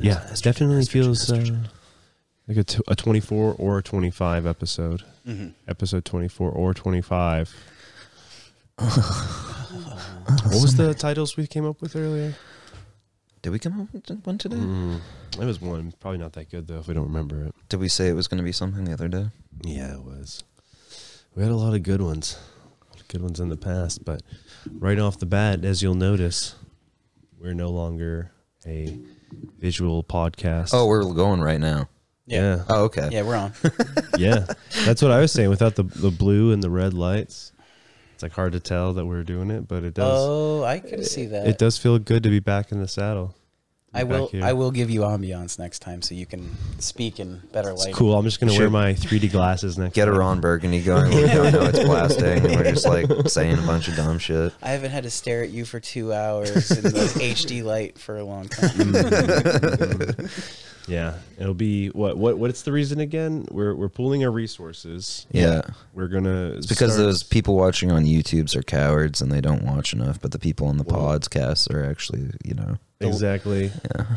Yeah, it definitely feels uh, like a, t- a 24 or a 25 episode. Episode 24 or 25. what was the titles we came up with earlier? Did we come up with one today? Mm, it was one. Probably not that good, though, if we don't remember it. Did we say it was going to be something the other day? Yeah, it was. We had a lot of good ones. A lot of good ones in the past, but right off the bat, as you'll notice, we're no longer a visual podcast. Oh, we're going right now. yeah. Oh, okay. Yeah, we're on. yeah, that's what I was saying. Without the the blue and the red lights, it's like hard to tell that we're doing it, but it does. oh, I could see that. it does feel good to be back in the saddle. I Back will. here. I will give you ambiance next time, so you can speak in better light. Cool. I'm just gonna Sure. wear my 3D glasses next. Get time. her on burgundy going, we don't know it's plastic. And we're just like saying a bunch of dumb shit. I haven't had to stare at you for two hours in the HD light for a long time. Mm. Yeah, it'll be what what what's the reason again? We're we're pooling our resources. Yeah. We're gonna It's because start- those people watching on YouTubes are cowards and they don't watch enough, but the people on the Well- podcasts are actually, you know. exactly.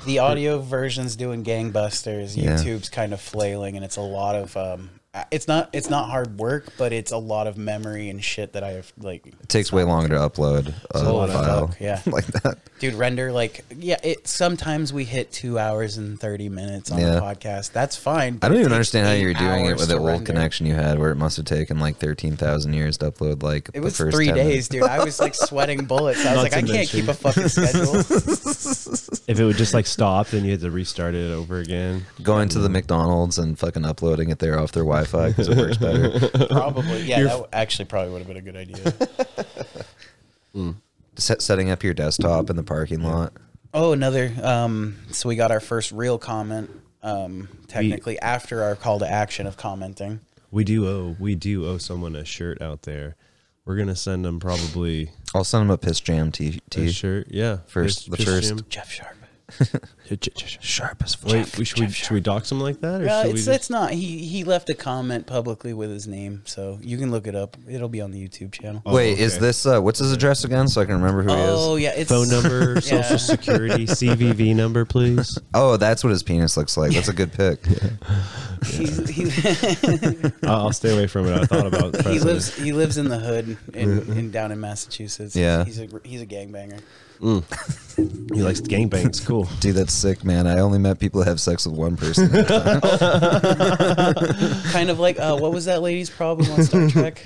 The audio version's doing gangbusters. Yeah. YouTube's kind of flailing, and it's a lot of. Um, it's not. It's not hard work, but it's a lot of memory and shit that I have like. It takes way longer to upload a a lot of file fuck, yeah. like that. Dude, render like yeah. It sometimes we hit two hours and thirty minutes on Yeah. the podcast. That's fine. I but don't it even takes understand how eight you're doing it hours with to the old render. connection you had, where it must have taken like thirteen thousand years to upload like It the was first three 10 days, dude. I was like sweating bullets. I Not was like, to I can't keep mention- a fucking schedule. If it would just like stop, then you had to restart it over again. Going to the McDonald's and fucking uploading it there off their Wi-Fi because it works better. probably, yeah. That w- actually probably would have been a good idea. Set, setting up your desktop in the parking lot. Oh, another. Um, so we got our first real comment. Um, technically, after our call to action of commenting. We do owe we do owe someone a shirt out there. We're gonna send them probably I'll send them a piss jam t- a t- shirt. Yeah, First- the first. Jeff Sharp. sharp as fuck. Wait, we, should we should we dock him like that, or Well, should we? Uh, it's, Just, it's not. He he left a comment publicly with his name, so you can look it up. It'll be on the YouTube channel. Oh, Wait, okay. is this uh, what's his address again so I can remember who he is? yeah, it's phone number, Yeah. social security, CVV number, please. Oh, that's what his penis looks like. That's a good pick. He's, he, I'll I'll stay away from it. I thought about he pressing it. lives he lives in the hood Mm-hmm. in, in down in Massachusetts. Yeah. he's a he's a gangbanger. He likes gangbangs. Cool. Dude, that's sick, man. I only met people that have sex with one person. kind of like uh, what was that lady's problem on Star Trek?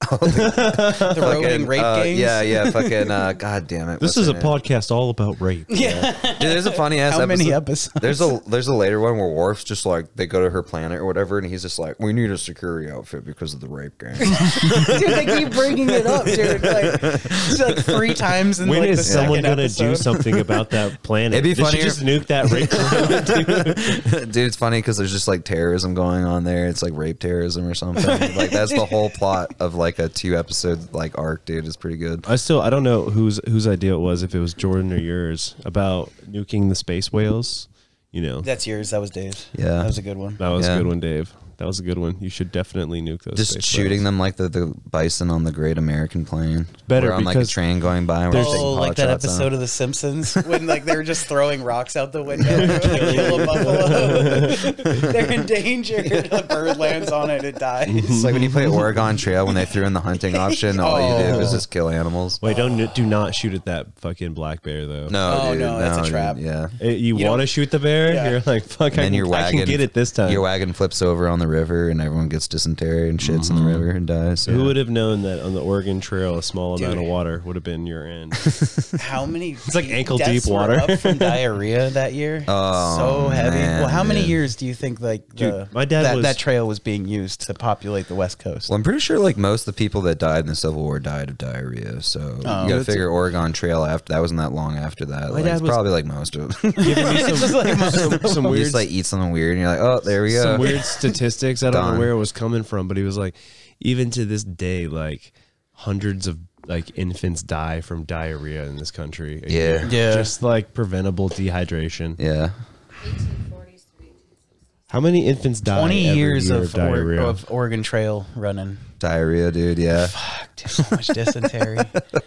the roaming rape Uh, games. Yeah, yeah. Fucking uh, god damn it. This what's is a her name? podcast all about rape. yeah. Dude, there's a funny ass. How episode. many episodes? There's a there's a later one where Worf's just like they go to her planet or whatever, and he's just like, we need a security outfit because of the rape game. dude, they keep bringing it up, dude. Like, it's like three times in When is like the someone second gonna episode. do something about that planet? It'd be They should funnier- just nuke that rape. Dude, it's funny because there's just like terrorism going on there. It's like rape terrorism or something. Like that's the whole plot of like a two episode like arc, dude. It's pretty good. Oh, I still I don't know whose whose idea it was if it was Jordan or yours about nuking the space whales. You know That's yours. That was Dave's. Yeah. that was a good one. that was Yeah. a good one, Dave. That was a good one. You should definitely nuke those. Just space shooting whales. them like the, the bison on the Great American Plain. Better We're on like a because train going by. And we're just Oh, taking like pot shots that at 'em. episode of The Simpsons when like they were just throwing rocks out the window to kill a buffalo. They're in danger. The bird lands on it, it dies. It's like when you play Oregon Trail when they threw in the hunting option. All you did was just kill animals. Oh. Wait, don't nu- do not shoot at that fucking black bear though. No, Oh, dude, no, that's a dude, trap. yeah. Eh, you You want to don't- shoot the bear? Yeah. You're like, fuck, I, And then can- your wagon, I can get it this time. Your wagon flips over on the river, and everyone gets dysentery and shits in the river and dies. Mm-hmm. Who yeah. would have known that on the Oregon Trail, a small amount of Dude. water would have been your end? How many? It's like ankle deep water. up from diarrhea that year. Oh, so heavy. man, well, how many dude. years do you think like the, my dad that, was- that trail was being used to populate the West Coast? Well, I'm pretty sure like most of the people that died in the Civil War died of diarrhea. So you got to figure Oregon Trail after that wasn't that long after that. Like, dad it's was- probably like most of them. It's just like most- some, some you weird, just like eat something weird, and you're like, oh, there we go. some weird statistics. I don't Done. know where it was coming from, but he was like, even to this day, like hundreds of like infants die from diarrhea in this country. a Yeah. year. Yeah. just like preventable dehydration. Yeah, 1840s through 1860s. How many infants die? Twenty every years year of, or, diarrhea. of Oregon Trail running. diarrhea, dude. Yeah, Fuck, dude, so much dysentery.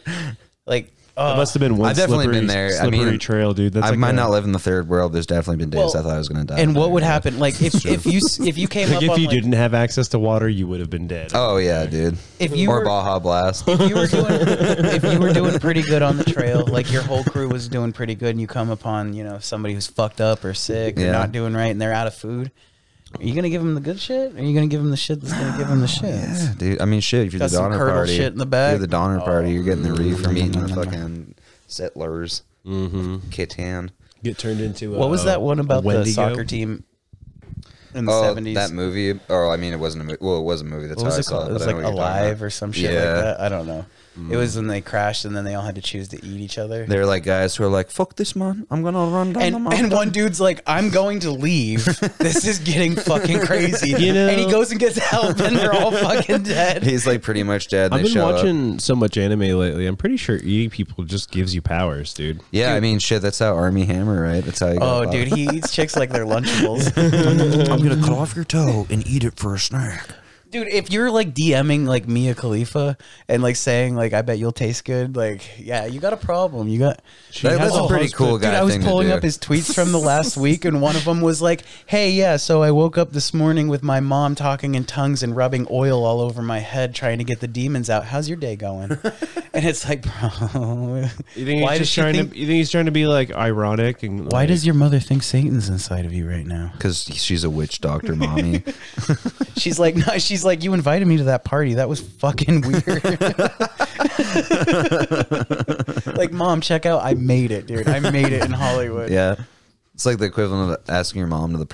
like uh, that must have been one I've definitely slippery, been there. I slippery mean, trail, dude. That's I like might a- not live in the third world. There's definitely been days Well, I thought I was going to die. And what there. would happen? Like if if you s- if you came Like up if on you like, didn't have access to water, you would have been dead. Oh yeah, dude. If you or were- Baja Blast. if you were doing if you were doing pretty good on the trail, like your whole crew was doing pretty good, and you come upon you know somebody who's fucked up or sick or Yeah. not doing right, and they're out of food, are you gonna give them the good shit? Or are you gonna give them the shit that's gonna give them the shit? Oh, Yeah, dude. I mean, shit. If you're Got the some Donner curdle party, shit in the Oh. bag. You're the Donner party. You're getting the reef from eating the fucking settlers, Mm-hmm. Kitan. Get turned into a, What was that one a about the Uh, Wendigo? soccer team in the Oh, seventies? that movie. Or I mean, it wasn't a movie. Well, it was a movie. That's what how was I it saw called? it. It was but I know like what you're talking alive about. or some shit Yeah. Mm. like that. I don't know. It was when they crashed and then they all had to choose to eat each other. They're like guys who are like, "Fuck this man! I'm gonna run down the and, mountain." and one dude's like, I'm going to leave. this is getting fucking crazy. You know- and he goes and gets help, and they're all fucking dead. He's like pretty much dead. and I've they been show up. watching so much anime lately. I'm pretty sure eating people just gives you powers, dude. Yeah, I mean, shit. That's how Army Hammer, right? That's how. You Oh, go about dude, it. he eats chicks like they're Lunchables. I'm gonna cut off your toe and eat it for a snack. dude, if you're like DMing like Mia Khalifa and like saying like, I bet you'll taste good, like, yeah, you got a problem. You got. That- has that's a a pretty cool guy Dude, I was thing to pulling do. up his tweets from the last week, and one of them was like, "Hey, yeah, so I woke up this morning with my mom talking in tongues and rubbing oil all over my head, trying to get the demons out. How's your day going?" and it's like, bro, You think why he's does just she trying think? to? You think he's trying to be like ironic and? why like- does your mother think Satan's inside of you right now? Because she's a witch doctor, mommy. She's like, no, she's like, you invited me to that party. That was fucking weird. like, mom, check out. I made it, dude. I made it in Hollywood. yeah, it's like the equivalent of asking your mom to the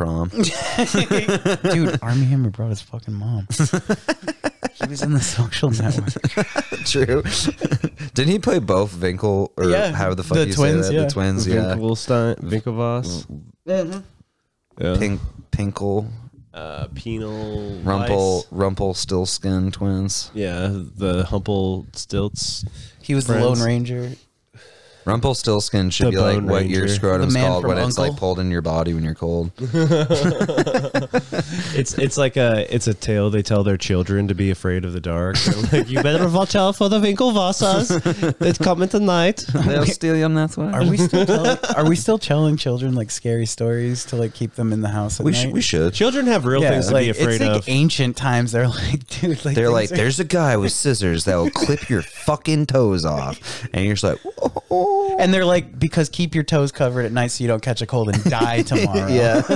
prom. Dude, Army Hammer brought his fucking mom. he was in the social network. True. Didn't he play both Vinkel or Yeah, how the fuck the you twins, say that? yeah. The twins, yeah. Winkelstein, Winklevoss, yeah. Pink, Pinkle, uh, penal, Rumple, Weiss. Rumple, Stillskin twins. yeah, the Humple Stilts, He was the Friends. Lone Ranger. Rumple Stillskin should The be like Bone what your Ranger. scrotum's The man called from when it's like Uncle. pulled in your body when you're cold. It's it's like a it's a tale they tell their children to be afraid of the dark. They're like, you better watch out for the Winkelwassers. It's coming tonight. They'll steal you on that Are we still telling, are we still telling children like scary stories to like keep them in the house at We night? should. We should. Children have real Yeah, things to like, be afraid it's like of. ancient times. They're like, dude, like They're like, things are- there's a guy with scissors that will clip your fucking toes off, and you're just like, "Whoa." and they're like, because keep your toes covered at night so you don't catch a cold and die tomorrow. yeah,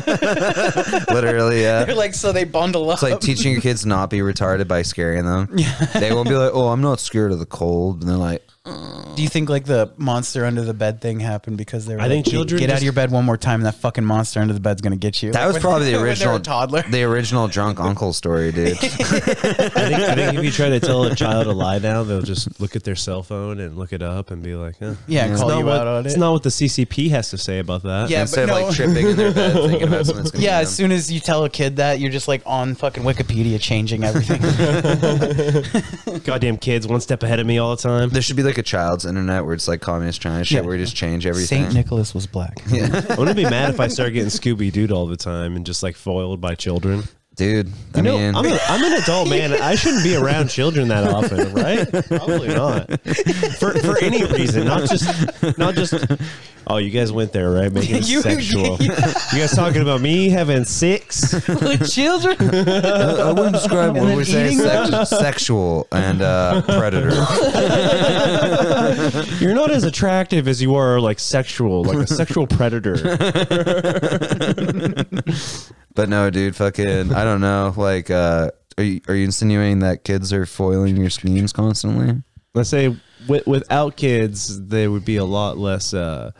literally, yeah. They're like, so they bundle up. It's like teaching your kids not be retarded by scaring them. They won't be like, "Oh, I'm not scared of the cold," and they're like, Do you think like the monster under the bed thing happened because they were? I like, think "Get- children get out of just- your bed one more time. and That fucking monster under the bed's gonna get you. "That was probably the original toddler. the original drunk uncle story, dude." I think, I think if you try to tell a child a lie now, they'll just look at their cell phone and look it up and be like, eh. yeah, It's call not you what- out on it. It's not what the CCP has to say about that. Yeah, Instead but of no. like tripping in their bed thinking about something that's gonna Yeah, get as them. soon as you tell a kid that, you're just like on fucking Wikipedia changing everything. Goddamn kids, one step ahead of me all the time. There should be like a child's internet where it's like communist China shit, Yeah. where you just change everything. Saint Nicholas was black. I wouldn't be mad if I started getting Scooby Dooed all the time and just like foiled by children. Dude, I You know, mean, I'm, a, I'm an adult man. I shouldn't be around children that often, right? Probably not. For, for any reason, not just not just. Oh, you guys went there, right? Making it You- sexual. You guys talking about me having six? With children, I wouldn't describe And what then we're saying eating sex, sexual and uh, predator. You're not as attractive as you are like sexual, like a sexual predator. But no, dude, fucking, I don't know. Like, uh, are you are you insinuating that kids are foiling your schemes constantly? Let's say wi- without kids, there would be a lot less. Uh,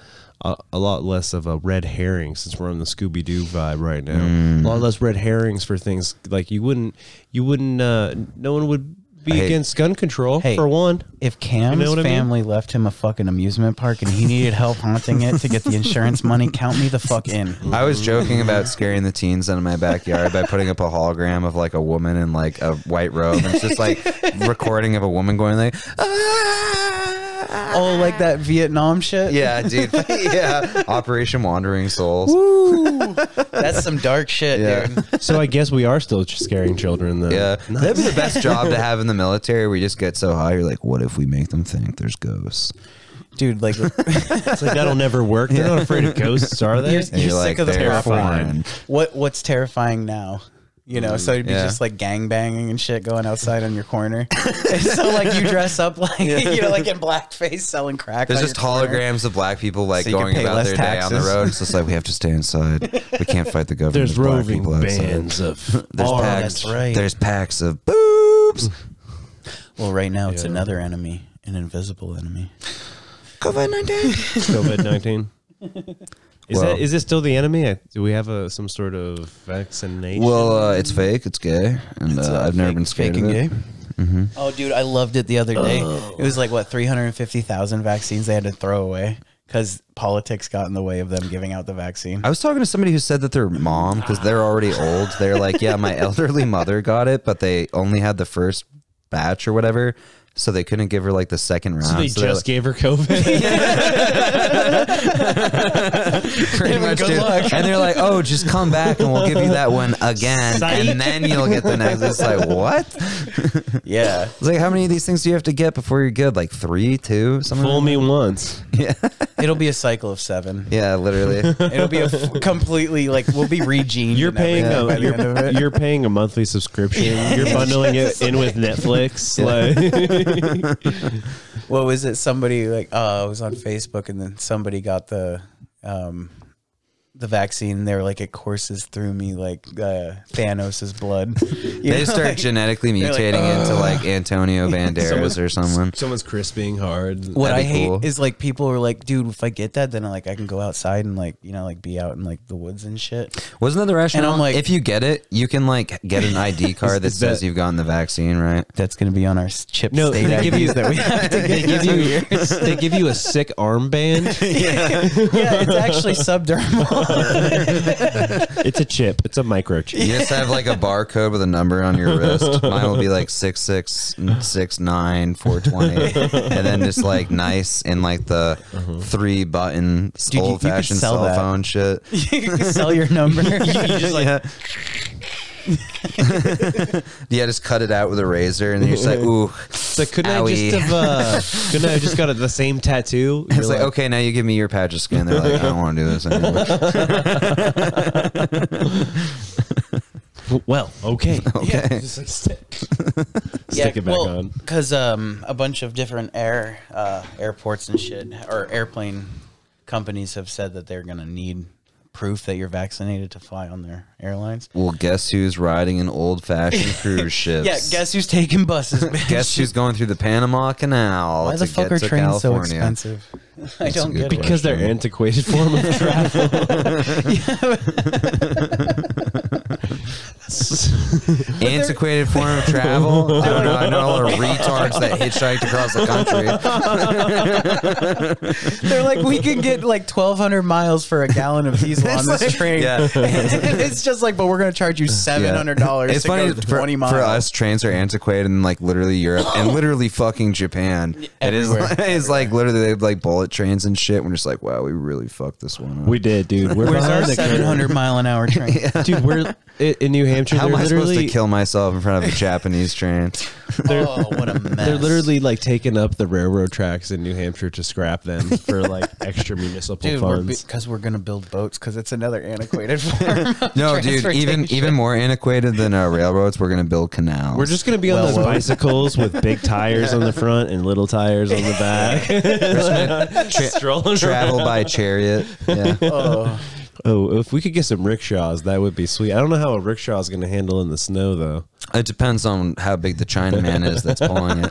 a, a lot less of a red herring since we're on the Scooby Doo vibe right now. A lot less red herrings for things like you wouldn't, you wouldn't. Uh, no one would be Hey. against gun control Hey. for one. if Cam's You know what I mean? family left him a fucking amusement park and he needed help haunting it to get the insurance money, count me the fuck in. I was joking about scaring the teens out of my backyard by putting up a hologram of like a woman in like a white robe. And it's just like recording of a woman going like, ah! Oh, like that Vietnam shit. yeah, dude, yeah, Operation Wandering Souls. that's some dark shit, Yeah. dude. So I guess we are still scaring children then. Yeah, that'd be the best job to have in the military. where you just get so high, you're like, what if we make them think there's ghosts? dude. Like It's like that'll never work. They're not afraid of ghosts, are they? you're, you're sick of the "They're terrifying. foreign." What what's terrifying now? You know, so it'd be Mm, yeah. just like gang banging and shit going outside on your corner. And so like you dress up like you know, like in blackface selling crack. There's on just your corner. holograms of black people like So you can going pay about less their day on the taxes. road. It's just like we have to stay inside. We can't fight the government. There's with black roving people outside. bands of There's armed- packs. Oh, that's right. There's packs of boobs. Well, right now it's Yeah. another enemy, an invisible enemy. Uh, COVID nineteen. COVID nineteen. Is Well- that is it still the enemy? I- Do we have a some sort of vaccination? Well, uh, it's fake. It's gay, and It's, uh, uh, I've never fake- been scared fake of and it. Mm-hmm. gay. Oh, dude, I loved it the other day. It was like what 350,000 vaccines they had to throw away because politics got in the way of them giving out the vaccine. I was talking to somebody who said that their mom, because they're already old, they're like, yeah, my elderly mother got it, but they only had the first batch or whatever, so they couldn't give her like the second round. so they So they're just gave her COVID. like, pretty much did. And they're like, oh, just come back and we'll give you that one again, and then you'll get the next. It's like, what? It's Yeah. like, how many of these things do you have to get before you're good? Like three, two, something. Fool me once. It'll be a cycle of seven. Yeah, literally. It'll be a f- completely like we'll be regened. You're and everything paying by a the end of you're, it. you're paying a monthly subscription. You're bundling it in with Netflix. Like what was it? Somebody like oh, I was on Facebook and then somebody got the um the vaccine. And they were like, it courses through me like uh, Thanos' blood. You They know, just start like- genetically like, mutating into like Antonio Banderas or someone. someone's crisping hard. what I That'd be hate cool. is like people are like, dude, if I get that, then like I can go outside and like you know like be out in like the woods and shit. Wasn't that the rationale? I'm like- if you get it, you can like get an ID card that is says that- you've gotten the vaccine, right? That's gonna be on our s- chip. No, state they give IDs you- that we have to They get. give every you year. they give you a sick armband. yeah, it's actually subdermal. It's a chip. It's a microchip. You just have like a barcode with a number on your wrist. Mine will be like six six six nine four twenty, and then just like nice in like the three button Uh-huh. you- you old fashioned could sell cell that. phone shit. you can sell your number. yeah. yeah, just cut it out with a razor, and then you're just like, ooh. So couldn't I Owie. just have uh, couldn't I have just got the same tattoo? You're It's like, okay, now you give me your patch of skin. They're like, I don't want to do this anymore. okay. Well, okay. Yeah. Just like stick, stick it back on. Because um, a bunch of different air uh, airports and shit or airplane companies have said that they're gonna need proof that you're vaccinated to fly on their airlines. Well, guess who's riding an old fashioned cruise ship? Yeah, guess who's taking buses? Bitch? Guess who's going through the Panama Canal? Why the to fuck get are to trains so California? expensive? I a don't good get it. Because they're antiquated form of travel. Antiquated form of travel. I don't know. I know all the retards that hitchhiked across the country. They're like, we can get like 1,200 miles for a gallon of diesel on this train. Yeah. And it's just like, but we're going to charge you $700 Yeah. to go 20 for, miles. for us. Trains are antiquated in like literally Europe and literally fucking Japan. It is. everywhere. Like, it's like literally they have like bullet trains and shit. We're just like, wow, we really fucked this one. Up. we did, dude. We're Where's our behind the curve. 700 mile an hour train? dude. We're i- in New Hampshire. How am they're I supposed to literally- kill myself in front of a Japanese train? oh, what a mess. They're literally like taking up the railroad tracks in New Hampshire to scrap them for like extra municipal Dude, funds. because we're, going to build boats because it's another antiquated form. of No, dude. Even transportation. even more antiquated than uh, railroads. We're gonna build canals. We're just gonna be on Well, those well. bicycles with big tires on the front and little tires on the back. Strolling travel around. by chariot. Yeah. Oh, Oh, if we could get some rickshaws, that would be sweet. I don't know how a rickshaw is gonna handle in the snow though. It depends on how big the Chinaman is that's pulling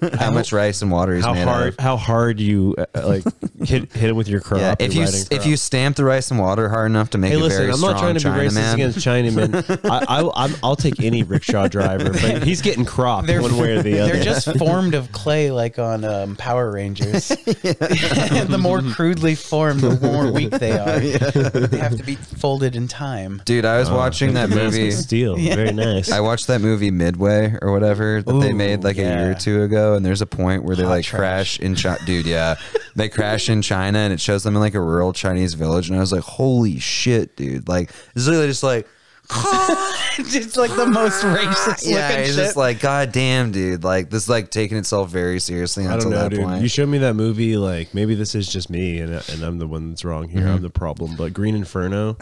it. how much rice and water he's How made hard? out of. How hard you uh, uh, like hit hit it with your crop? Yeah, if your you riding if crop. you stamp the rice and water hard enough to make Hey, a listen, very I'm strong not trying to be racist Chinaman, against Chinaman. I, I, I'm, I'll take any rickshaw driver, but he's getting cropped They're- one way or the other. They're just formed of clay, like on um, Power Rangers. the more crudely formed, the more weak they are. They have to be folded in time. dude, I was Oh. watching that movie. Steel, very nice. I watched that movie Midway or whatever that they Ooh, made like a year yeah. or two ago, and there's a point where they Hot like trash. crash in China. Dude, yeah, they crash in China, and it shows them in like a rural Chinese village, and I was like, holy shit, dude! Like, it's literally just like. it's like the most racist yeah, looking it's shit. just like, God damn, dude. Like, this is like taking itself very seriously I don't until know, that dude. point. You showed me that movie. Like maybe this is just me, and and I'm the one that's wrong here. I'm the problem. But Green Inferno,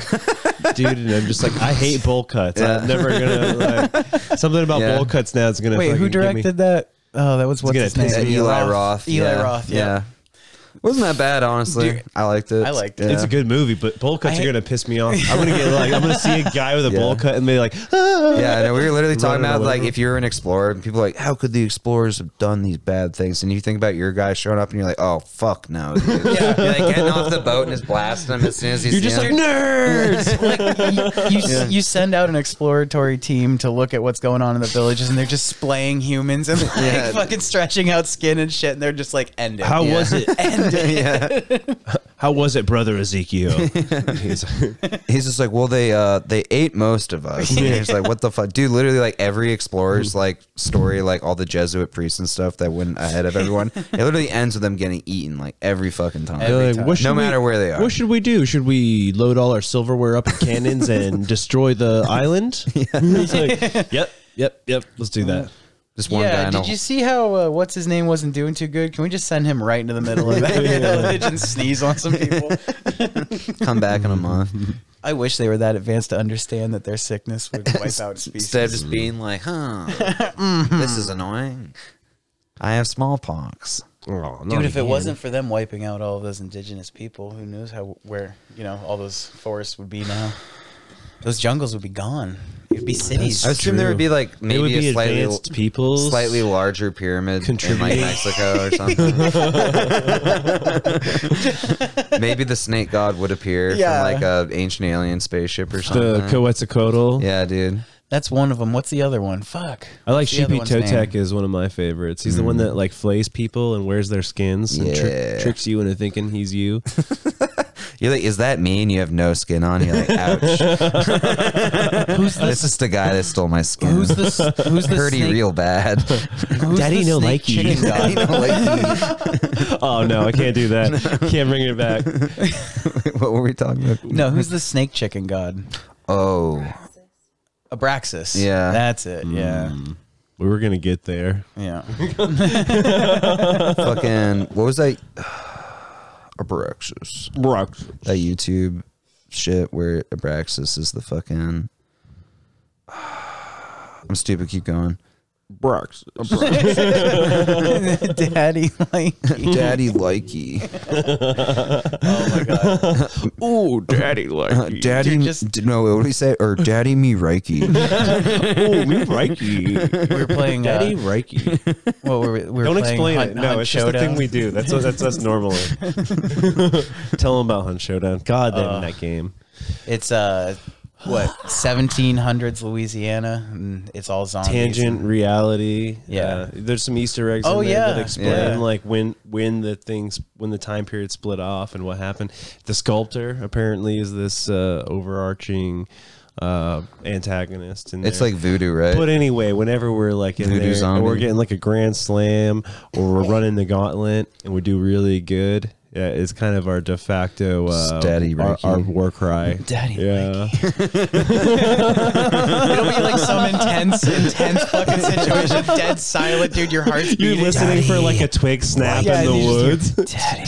dude, and I'm just like, I hate bowl cuts. I'm never gonna like something about Yeah. bowl cuts. Now it's gonna Wait, who fucking get me- directed that? Oh, that was what's gonna his piss And name? me Eli Roth. Eli yeah, Roth. Yeah. Wasn't that bad, honestly. Dude, I liked it. I liked it. It's a good movie, but bowl cuts hate- are gonna piss me off. I'm gonna get like, I'm gonna see a guy with a bowl Yeah. cut and be like, ah. Yeah, I know. We were literally talking Running about all like over. if you're an explorer, and people are like, how could the explorers have done these bad things? And you think about your guy showing up, and you're like, oh fuck no. Dude. You're like getting off the boat and just blasting him as soon as he's. you're just like nerds. you, you send out an exploratory team to look at what's going on in the villages, and they're just splaying humans and like Yeah. fucking stretching out skin and shit, and they're just like, end it. How was it? End it. yeah. How was it, brother Ezekiel? He's like, He's just like, well, they uh, they ate most of us. And He's like, what the fuck, dude? Literally, like every explorer's like story, like all the Jesuit priests and stuff that went ahead of everyone. It literally ends with them getting eaten like every fucking time. Every like, time. what should No we- matter where they are. What should we do? Should we load all our silverware up in cannons and destroy the island? It's like, yep, yep, yep. Let's do that. Just one guy. Yeah, in a- did you see how uh, what's his name wasn't doing too good? Can we just send him right into the middle of that village and sneeze on some people? come back in a month? I wish they were that advanced to understand that their sickness would wipe out species. Instead of just being like, huh, this is annoying. I have smallpox. Oh, Dude, if it wasn't for them wiping out all of those indigenous people, who knows how where you know all those forests would be now? Those jungles would be gone. It'd be cities. I assume there true. would be like maybe it would be a slightly advanced peoples. slightly larger pyramid in like Contributing. Mexico or something. maybe the snake god would appear Yeah. from like a ancient alien spaceship or something. the Quetzalcoatl. yeah, dude. That's one of them. What's the other one? Fuck. I like What's the other Sheepy one's Totek name? is one of my favorites. He's the one that like flays people and wears their skins and tri- Yeah. tricks you into thinking he's you. You're like, is that me? And you have no skin on. You're like, ouch. Who's the this is the guy that stole my skin. who's the s- who's the Hurt you snake? real bad. Who's Daddy the no snake like you. chicken guy? You know, like, oh no, I can't do that. Can't bring it back. what were we talking about? No, who's the snake chicken god? Oh, Abraxas. Yeah. that's it. Yeah, Mm. We were gonna get there. yeah. fucking what was that? Abraxas. That YouTube shit where Abraxas is the fucking. I'm stupid. Keep going. Daddy like. Daddy likey. Oh my god. Oh, daddy like Uh, Daddy. Dude, just- d- no, what did he say? Or Daddy me reiki. Oh, me Reiki. We were playing. Uh, Daddy Reiki. what were we, we were Don't playing explain Hunt, it. No, Hunt it's just the Showdown. thing we do. That's what, that's us normally. Tell them about Hunt Showdown. God, that that game. It's uh what 1700s Louisiana and it's all zombies. Tangent reality. Uh, Yeah. Uh, there's some Easter eggs. Oh, in there yeah. that explain Yeah. like when when the things when the time period split off and what happened. The sculptor apparently is this uh, overarching uh, antagonist. In it's there. like voodoo, right? But anyway, whenever we're like in Voodoo there, zombie. or we're getting like a grand slam, or we're running the gauntlet, and we do really good. Yeah, it's kind of our de facto uh, Daddy our, Reiki. our war cry. Daddy yeah, It'll be like some intense, intense fucking situation. Dead silent, dude. Your heart's you're beating. listening for like a twig snap Yeah, in and the you woods. just Daddy.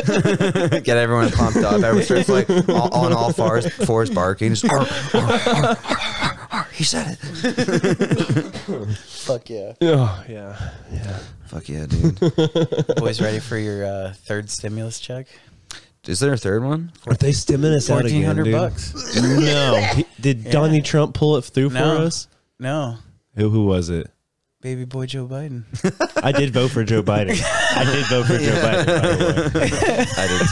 it's just like Get everyone pumped up. Everyone's just like all, on all fours, fours barking. Just, "Arr, arr, arr, arr, arr, arr." he said it. fuck yeah. oh yeah, Fuck yeah, dude. Boys, ready for your uh, third stimulus check? Is there a third one? are they stimming us out Fourteen again, hundred dude? bucks. No, He- did Donnie Trump pull it through No. for us? No, Who who was it? baby boy Joe Biden. I did vote for Joe Biden. I did vote for Joe Biden. By the way. I did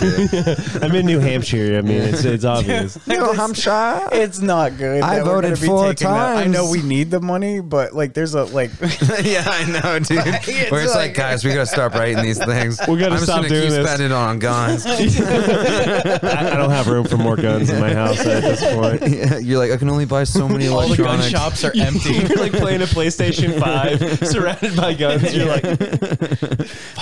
too. I'm in New Hampshire. I mean, it's it's obvious. New Hampshire. It's not good. I that we're voted gonna be four taking that. I times. know we need the money, but like, there's a like. yeah, I know, dude. We're just like, like- guys, we gotta stop writing these things. We gotta I'm stop just gonna doing keep this." spending on guns. I, I don't have room for more guns in my house at this point. Yeah, You're like, I can only buy so many All the gun electronics. shops are empty. You're like playing a PlayStation 5 surrounded by guns. You're like,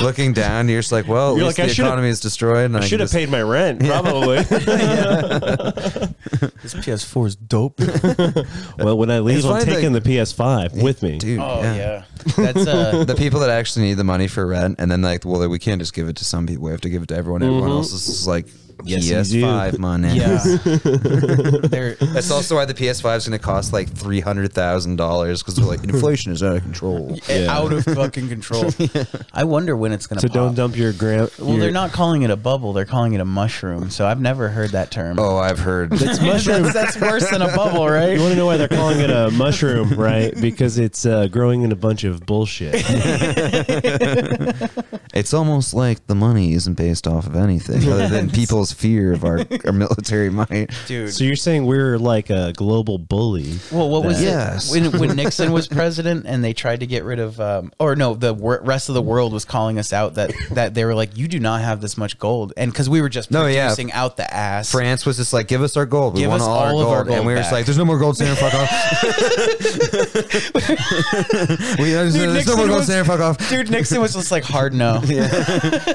looking down. You're just like, well, at You're least like, I the should've- economy is destroyed. And I, I can should have just- paid my rent, probably. This PS4 is dope. well, when I leave, It's I'm funny that- taking the PS5 with me. Dude, Oh yeah. yeah, that's uh, The people that actually need the money for rent, and then like, well, we can't just give it to some people. We have to give it to everyone. Everyone else is just like Mm-hmm. Yes, you do. PS5 money. yeah. They're That's also why the PS5 is going to cost like three hundred thousand dollars because they're like inflation is out of control. Yeah. out of fucking control. I wonder when it's gonna. So pop. don't dump your grand. Well, they're not calling it a bubble. They're calling it a mushroom. So I've never heard that term. Oh, I've heard. It's mushroom. that's, that's worse than a bubble, You right? want to know why they're calling it a mushroom, right? Because it's uh, growing in a bunch of bullshit. It's almost like the money isn't based off of anything other than people's fear of our, our military might. Dude. So you're saying we're like a global bully? Well, what was Yes. it when, when Nixon was president and they tried to get rid of, um, or no, the wor- rest of the world was calling us out that that they were like, you do not have this much gold, and because we were just No, yeah. producing out the ass. France was just like, give us our gold. We Give want us all, our, all gold. of our gold And we were just back. like, there's no more gold standard, fuck off. we, there's there's no Nixon more gold was- standard, fuck off. Dude, Nixon was just like hard no.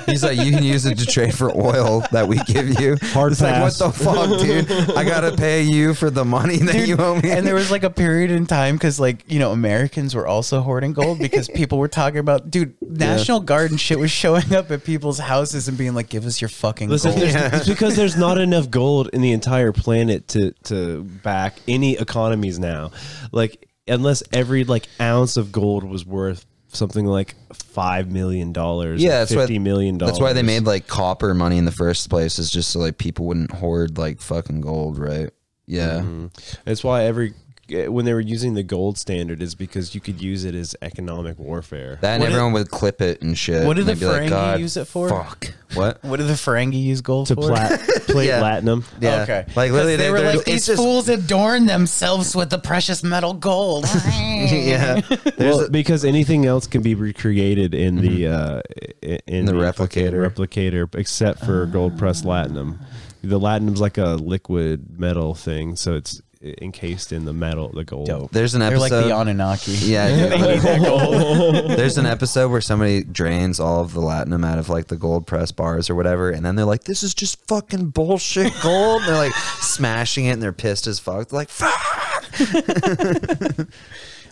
He's like, you can use it to trade for oil that we give you. Hard it's pass. like, what the fuck, dude? I gotta pay you for the money that you owe me. And there was like a period in time because like you know Americans were also hoarding gold because people were talking about dude National Guard and shit was showing up at people's houses and being like give us your fucking Listen, gold. there's, it's because there's not enough gold in the entire planet to to back any economies now. Like unless every like ounce of gold was worth something like five million dollars, yeah, that's fifty why, million dollars. That's why they made like copper money in the first place, is just so like people wouldn't hoard like fucking gold, right? Yeah. Mm-hmm. That's why every eh, when they were using the gold standard is because you could use it as economic warfare. That and What did- everyone would clip it and shit. what did and the they'd be Ferengi "God, use it for?" Fuck. What? What do the Ferengi use gold to for? plat, plate Yeah. platinum. Yeah. Okay. Like 'Cause literally, they, were they're- like it's these just- fools adorn themselves with the precious metal gold. yeah. There's well, because anything else can be recreated in the uh, i- in the fucking replicator. replicator, except for gold pressed latinum. The latinum's like a liquid metal thing, so it's i- encased in the metal, the gold. Dope. there's an They're episode. like the Anunnaki. yeah. dude. that gold. There's an episode where somebody drains all of the latinum out of like the gold press bars or whatever, and then they're like, "This is just fucking bullshit gold." And they're like smashing it, and they're pissed as fuck. They're like, "Fuck!"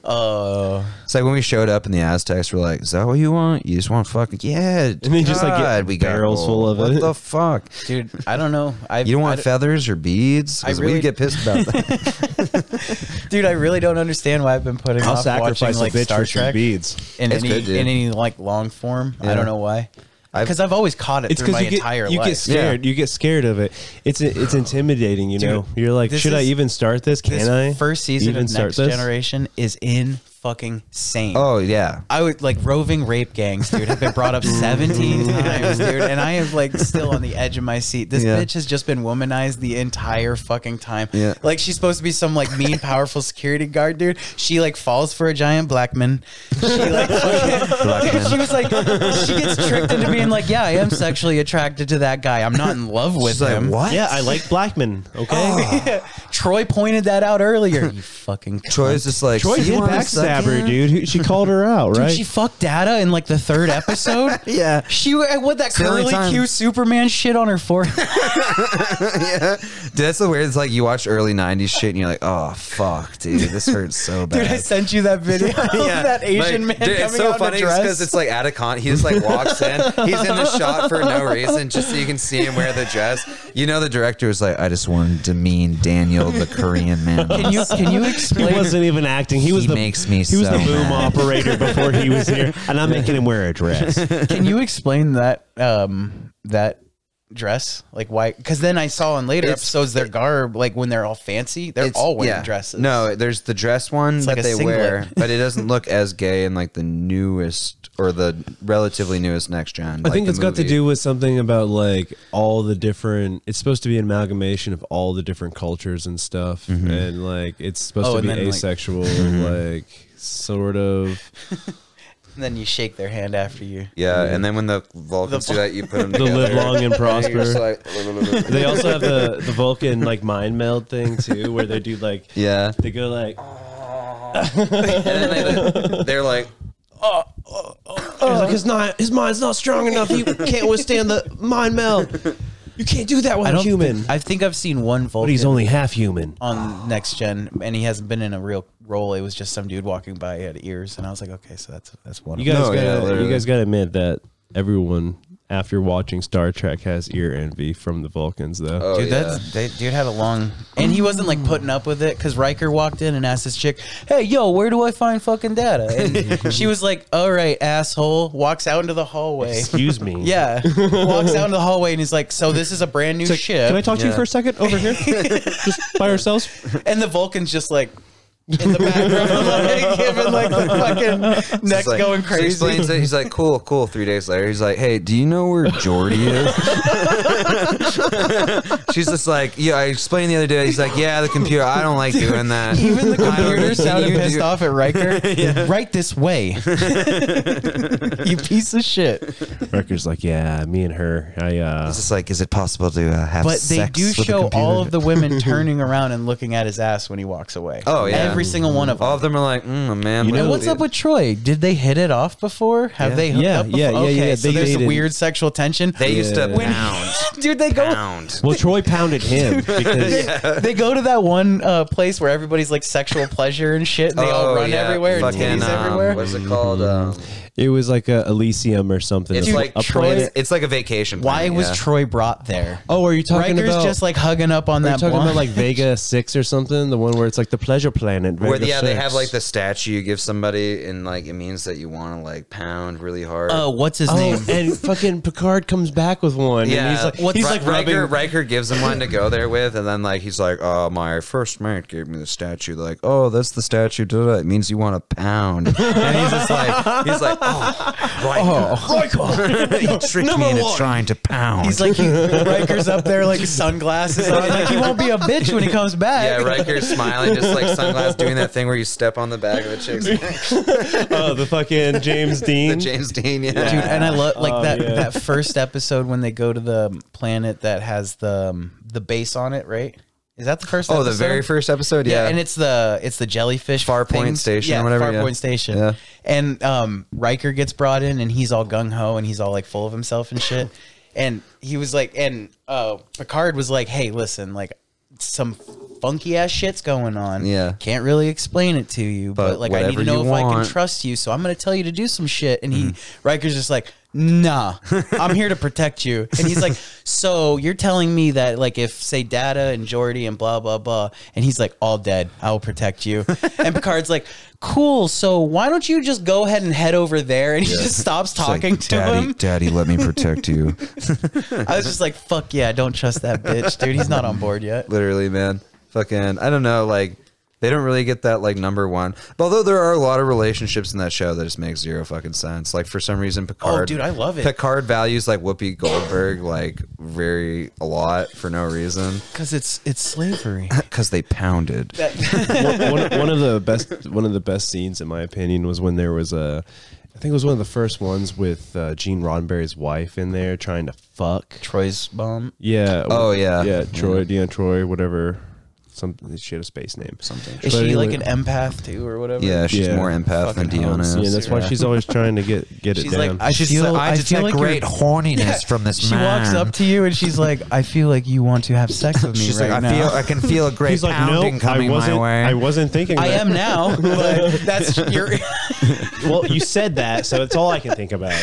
Oh, It's like when we showed up in the Aztecs, we're like, "Is that what you want? You just want fucking yeah?" And they just, like, get barrels full of what it. What the fuck? dude, I don't know. I You don't want I- feathers or beads? I Because really- we get pissed about that. dude. I really don't understand why I've been putting I'll off watching sacrifice like a bitch Star for some Trek beads. in It's any good, dude. in any like long form. I Yeah. don't know why. I've- Because I've always caught it It's through because my you entire get you life. get scared. You get scared of it. It's it's intimidating. You know, you're like, this should I is- even start this? Can this I first season even of Next Generation is in fucking sane. oh yeah, I would like roving rape gangs, dude, have been brought up 17 times, dude. And I am like still on the edge of my seat. This Yeah. bitch has just been womanized the entire fucking time. Yeah. Like she's supposed to be some like mean, powerful security guard, dude. She like falls for a giant black man. She like, Black dude, man. she was like, she gets tricked into being like, yeah, I am sexually attracted to that guy. I'm not in love with She's like, him. "What?" Yeah, I like Blackman. Okay, Troy pointed that out earlier. You fucking Troy's just like Troy "So did wanna backstab suck her, it?" dude. Who- She called her out, Dude, right? she fucked Data in like the third episode. Yeah. She eh, what that the only curly time. Q Superman shit on her forehead. Dude, that's the weird. It's like you watch early '90s shit, and you're like, "Oh fuck, dude, this hurts so bad." Dude, I sent you that video of that Asian Like, man dude, coming it's so out funny in a dress. because it's like out of con. He just like walks in. He's in the shot for no reason, just so you can see him wear the dress. You know, the director was like, "I just wanted to demean Daniel, the Korean man." can you can you explain? He wasn't even acting. He was He the makes me he was so the boom mad. operator before he was here, and I'm making him wear a dress. Can you explain that um that dress? Like why? Because then I saw in later It's- episodes their garb, like when they're all fancy, they're all wearing yeah. dresses. No, there's the dress one like that a they singlet. wear, but it doesn't look as gay in like the newest or the relatively newest next gen. I think it's got to do with something about like all the different. It's supposed to be an amalgamation of all the different cultures and stuff, Mm-hmm. and like it's supposed Oh, to and be then, like- asexual, like sort of. And then you shake their hand after you. Yeah, and then when the Vulcans The do that, you put them The together. live long and and you're just prosper. like- They also have the the Vulcan like mind meld thing too, where they do like yeah. they go like and then they, they're like, He's like, his, not, his mind's not strong enough. He can't withstand the mind meld. You can't do that with I a don't human. Think, I think I've seen one Vulcan. but he's only half human. on next gen, and he hasn't been in a real role. It was just some dude walking by. He had ears, and I was like, okay, so that's that's one. You of guys, them. No, yeah, gotta, you literally. guys gotta admit that everyone after watching Star Trek has ear envy from the Vulcans, though. Oh, Dude, yeah. that's, they, dude had a long, and he wasn't like putting up with it because Riker walked in and asked his chick, "Hey, yo, where do I find fucking data?" And she was like, "All right, asshole." Walks out into the hallway. Excuse me. Yeah, walks out into the hallway and he's like, "So this is a brand new It's like, ship." Can I talk to you Yeah. for a second over here? Just by ourselves? and the Vulcan's just like in the background, like giving like the fucking neck He's like- going so crazy. He explains it. He's like, cool, cool. Three days later, he's like, hey, do you know where Jordy is? She's just like, yeah, I explained the other day. He's like, yeah, the computer. I don't like doing that. Even the I don't computer think sounded you pissed do- off at Riker. Right this way, you piece of shit. Riker's like, yeah, me and her. I uh, It's just like, is it possible to uh, have But they sex do with a show all computer?" of the women turning around and looking at his ass when he walks away. Oh, yeah. every single one of them. All of them are like, mm, a man. You would know- And do what's up that." with Troy? Did they hit it off before? Have Yeah. they hooked Yeah, up before? yeah, yeah, okay, yeah, So they there's dated. weird sexual tension. They used to Yeah. pound, Dude, they go pound. well, Troy pounded him because they go to that one uh, place where everybody's like sexual pleasure and shit, and they all Oh, run yeah. everywhere Fucking, and titties um, everywhere. What's it called? Um, it was like a Elysium or something. it's A- like a Troy. planet- It's, it's like a vacation. Why planet, was yeah. Troy brought there? Oh, are you talking Riker's about? just like hugging up on are you that talking blonde. about like Vega Six or something? The one where it's like the pleasure planet. Where Vega yeah, they have 6. like the statue you give somebody, and like it means that you want to like pound really hard. uh, what's his name? Oh, and fucking Picard comes back with one. yeah, and he's like, he's Ri- like Riker, rubbing. Riker gives him one to go there with, and then like he's like, "Oh, my first mate gave me the statue. Like, oh, that's the statue. Da, da. It means you want to pound." And he's just like, he's like, "Oh, Riker, Riker, you tricked me into trying to pound." He's like he, Riker's up there like sunglasses on, like he won't be a bitch when he comes yeah, back. Riker's smiling, just like sunglass, doing that thing where you step on the back of the chick's Oh, the fucking James Dean. the James Dean. Yeah, Dude, and I love like Oh, that yeah. that first episode when they go to the planet that has the um, the base on it, right? Is that the first? oh, the episode? very first episode. Yeah, Yeah, and it's the it's the jellyfish Farpoint Point Station or whatever, yeah. Farpoint Station. Yeah. And um, Riker gets brought in, and he's all gung ho, and he's all like full of himself and shit. And he was like, and uh, Picard was like, "Hey, listen, like some funky ass shit's going on. Yeah. can't really explain it to you, but, But like I need whatever to know if you I can want." trust you, so I'm gonna tell you to do some shit." And he Riker's just like. Nah, I'm here to protect you. And he's like, So you're telling me that, like, if say Data and Jordy and blah, blah, blah, and he's like, All dead, I will protect you. And Picard's like, Cool, so why don't you just go ahead and head over there? And he just stops It's like, talking to Daddy, him. Daddy, let me protect you. I was just like, Fuck yeah, don't trust that bitch, dude. He's not on board yet. literally man fucking i don't know like they don't really get that like number one but although there are a lot of relationships in that show that just make zero fucking sense like for some Oh, reason picard Oh, dude, I love it. picard values like whoopi goldberg like very a lot for no reason Because it's, it's slavery. because they pounded one, one- one of the best one of the best scenes in my opinion was when there was a I think it was one of the first ones with uh, Gene Roddenberry's wife in there trying to fuck. Troy's bomb. Yeah. Oh, yeah. Yeah. Troy. Deanna Troy. Whatever. Some she had a space name. something Is But she like anyway- an empath too, or whatever? yeah she's Yeah. more empath than Fucking dion hoes. Um, Yeah, is that's why Yeah. she's always trying to get get She's it like, down. I She's feel, like, I feel detect like you're- great horniness from this She man. walks up to you and she's like, "I feel like you want to have sex with me She's right like, I now." feel, I can feel a great He's like, pounding no, I coming wasn't. my way. I wasn't thinking. I that. am now, but that's your. Well, you said that, so it's all I can think about.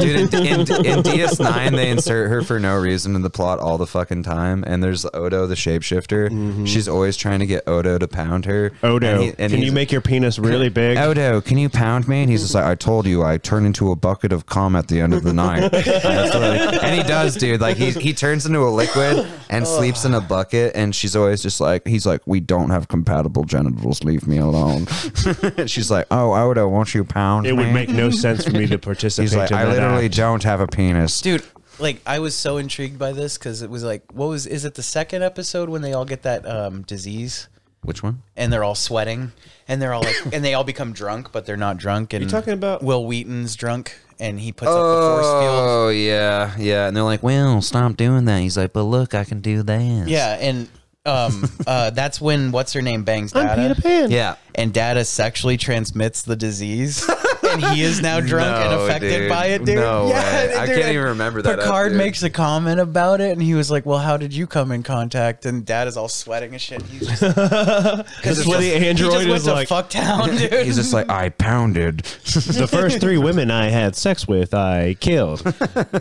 Dude, in, in, in DS9, they insert her for no reason in the plot all the fucking time. And there's Odo, the shapeshifter. She's always trying to get Odo to pound her. Mm-hmm. Odo, And he- can and you he's- make your penis really big? Odo, can you pound me? And he's just like, I told you, I turn into a bucket of cum at the end of the night. That's what- and he does, dude. Like he he turns into a liquid and sleeps in a bucket. And she's always just like, he's like, we don't have compatible genitals. Leave me alone. and she's like, oh, Odo, won't you pound it me? would make no sense for me to participate. He's like, in I that literally act." don't have a penis, dude like i was so intrigued by this because it was like what was is it the second episode when they all get that um, disease Which one? and they're all sweating and they're all like and they all become drunk but they're not drunk and You talking about- will wheaton's drunk and he puts up the force field Oh yeah, yeah. And they're like, well, stop doing that. He's like, but look, I can do that. yeah and um uh that's when what's her name bangs data I'm Peter Pan. yeah. and data sexually transmits the disease and he is now drunk and No, affected dude. by it, dude. No way. dude, I can't and even remember that up, Picard dude. makes a comment about it, and he was like, "Well, how did you come in contact?" And Dad is all sweating and shit. He's just, That's what the android he just went is to like. fuck town, dude. He's just like, I pounded. the first three women I had sex with, I killed.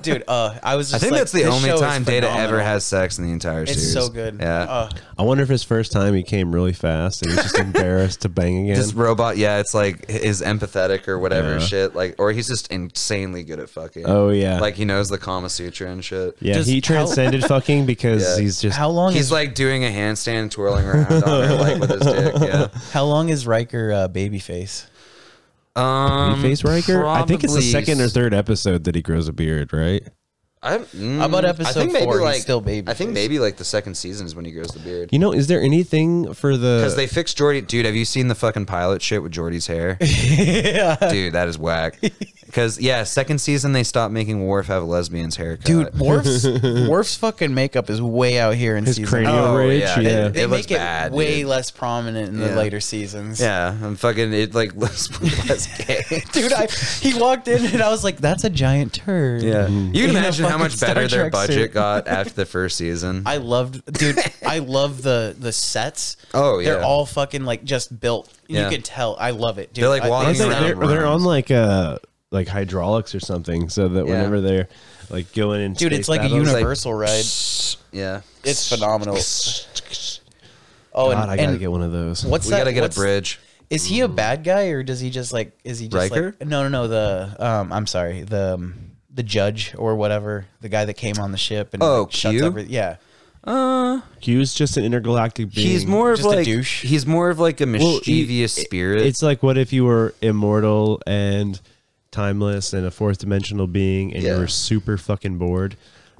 dude. Uh, I I was. Just think like, that's the this only show is time Data phenomenal. ever has sex in the entire It's series. so good. Yeah. Uh, I wonder if his first time he came really fast and he's just embarrassed to bang again. this robot, yeah, it's like is empathetic or Yeah. whatever shit. Like, or he's just insanely good at fucking. Oh, yeah. like he knows the Kama Sutra and shit. yeah, Does- he transcended fucking because Yeah. he's just how long he's is like doing a handstand, twirling around on her like with his dick. Yeah, how long is Riker uh, babyface? um, Face Riker. I think it's the probably second or third episode that he grows a beard, right? I'm, mm, How about I episode think maybe four? He's like still baby I think face. maybe like the second season is when he grows the beard. You know, is there anything for Because the they fixed Jordy, dude. Have you seen the fucking pilot shit with Jordy's hair? Dude, that is whack. Because yeah, second season they stopped making Worf have a lesbian's haircut. Dude, Worf's Worf's fucking makeup is way out here in his season. cranial Oh, ridge? yeah. Yeah, It- They looks make it bad, way dude. less prominent in Yeah. the later seasons. Yeah, I'm fucking it like less, less gay. Dude, I, he walked in and I was like, "That's a giant turd." Yeah, you Mm-hmm. In can a imagine how fucking much Star better their Trek budget suit. got after the first season. I loved, dude. I love the the sets. Oh, yeah. they're all fucking like just built. Yeah. You can tell. I love it, dude. They're, like, I- walking It's like around they're, they're rooms. on like uh like hydraulics or something, so that Yeah. whenever they're like going in, dude. space It's like a battles, universal ride. yeah, It's phenomenal. Oh, God, and, I gotta and get one of those. what's we that? gotta get a what's- bridge. Is he a bad guy or does he just like? Is he just Riker? like? No, no, no. The um, I'm sorry. The um, the judge or whatever. The guy that came on the ship and Oh, like, shuts Q? every, Yeah. Hughes just an intergalactic being? He's more of Just a like douche. he's more of like a Well, mischievous it- spirit. It's like what if you were immortal and timeless and a fourth dimensional being, and Yeah. you were super fucking bored,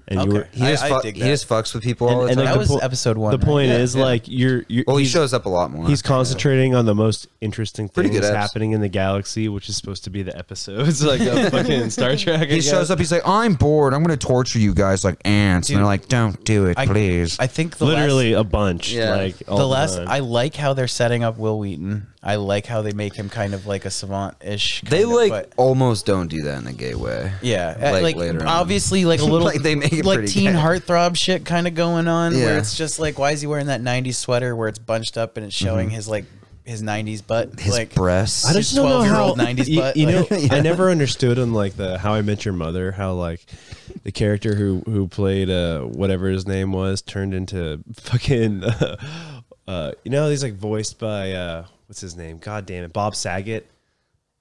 and Okay. you were. he I- just I fuck- dig he that. just fucks with people all the and time. like that the was po- episode one. The right? point Yeah. is like you're. you're well, he he's- shows up a lot more. He's concentrating on the most interesting Pretty things good episode. happening in the galaxy, which is supposed to be the episodes like of fucking Star Trek. He shows up. He's like, I'm bored. I'm gonna torture you guys like ants, and Dude, they're like, Don't do it, I- please. I think the literally a bunch. Yeah. Like oh last, the last. I like how they're setting up Will Wheaton. I like how they make him kind of like a savant ish. they like almost don't do that in a gay way. Yeah, uh, Like, like, later on. obviously, like a little Like, they make it like pretty teen gay. heartthrob shit kind of going on, Yeah. where it's just like, why is he wearing that '90s sweater where it's bunched up and it's showing his like his '90s butt, Mm-hmm. His like breasts. I His just don't know 12-year-old how 90s you, butt, you know. like- I never understood on like the How I Met Your Mother how like the character who who played uh whatever his name was turned into fucking uh, uh you know he's like voiced by uh what's his name God damn it Bob Saget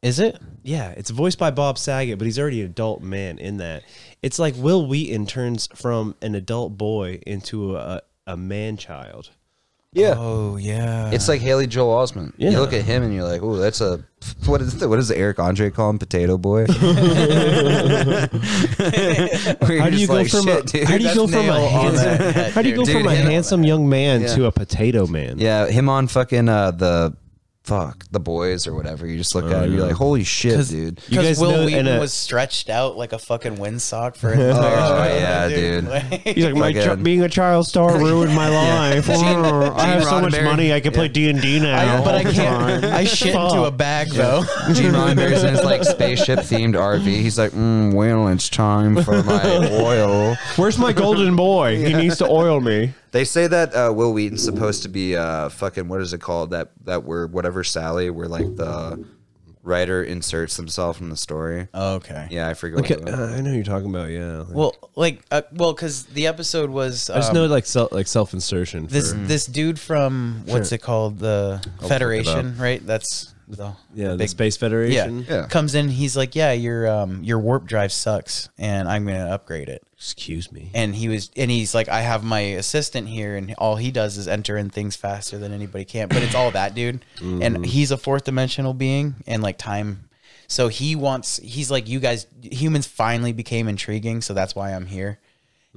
Is it? yeah it's voiced by Bob Saget but he's already an adult man in that it's like Will Wheaton turns from an adult boy into a a man child yeah. Oh yeah. It's like Haley Joel Osment. Yeah. You look at him and you're like, "Ooh, that's a what is the, what does Eric Andre call him? Potato boy." Where you're how do you just go like, from a, "Shit, dude, how do you that's go from nail a on that." handsome, that. how do you go Dude, from a him- handsome young man Yeah. to a potato man Yeah, him on fucking uh, the fuck the boys or whatever. You just look at him, you're like, "Holy shit, dude!" You because guys Will know- Wheaton and, uh, was stretched out like a fucking windsock for an entire Oh, show. yeah, dude. Like- He's like, my Fucking- chi- being a child star ruined my life. I have so much Roddenberry. money, I can play D and D now. but I all the can't. time. I shit into a Fuck. bag though. Gene Roddenberry's in his like spaceship themed RV. He's like, mm, "Well, it's time for my oil." Where's my golden boy? He needs to oil me. They say that uh, Will Wheaton's supposed to be uh, fucking what is it called that that word whatever Sally where like the writer inserts themselves in the story. Oh, okay. Yeah, uh, I forget. what uh, the- I know you're talking about. Yeah, Well, like, uh, well, because the episode was. Um, I just know like self like self insertion. this this dude from what's it called the Federation, up. right? That's the yeah, the big- Space yeah. Federation. Yeah. Comes in, he's like, "Yeah, your um your warp drive sucks, and I'm gonna upgrade it." Excuse me. And he was, and he's like, "I have my assistant here, and all he does is enter in things faster than anybody can." But it's all that dude, and he's a fourth dimensional being, and like time. So he wants, he's like, you guys, humans finally became intriguing, so that's why I'm here.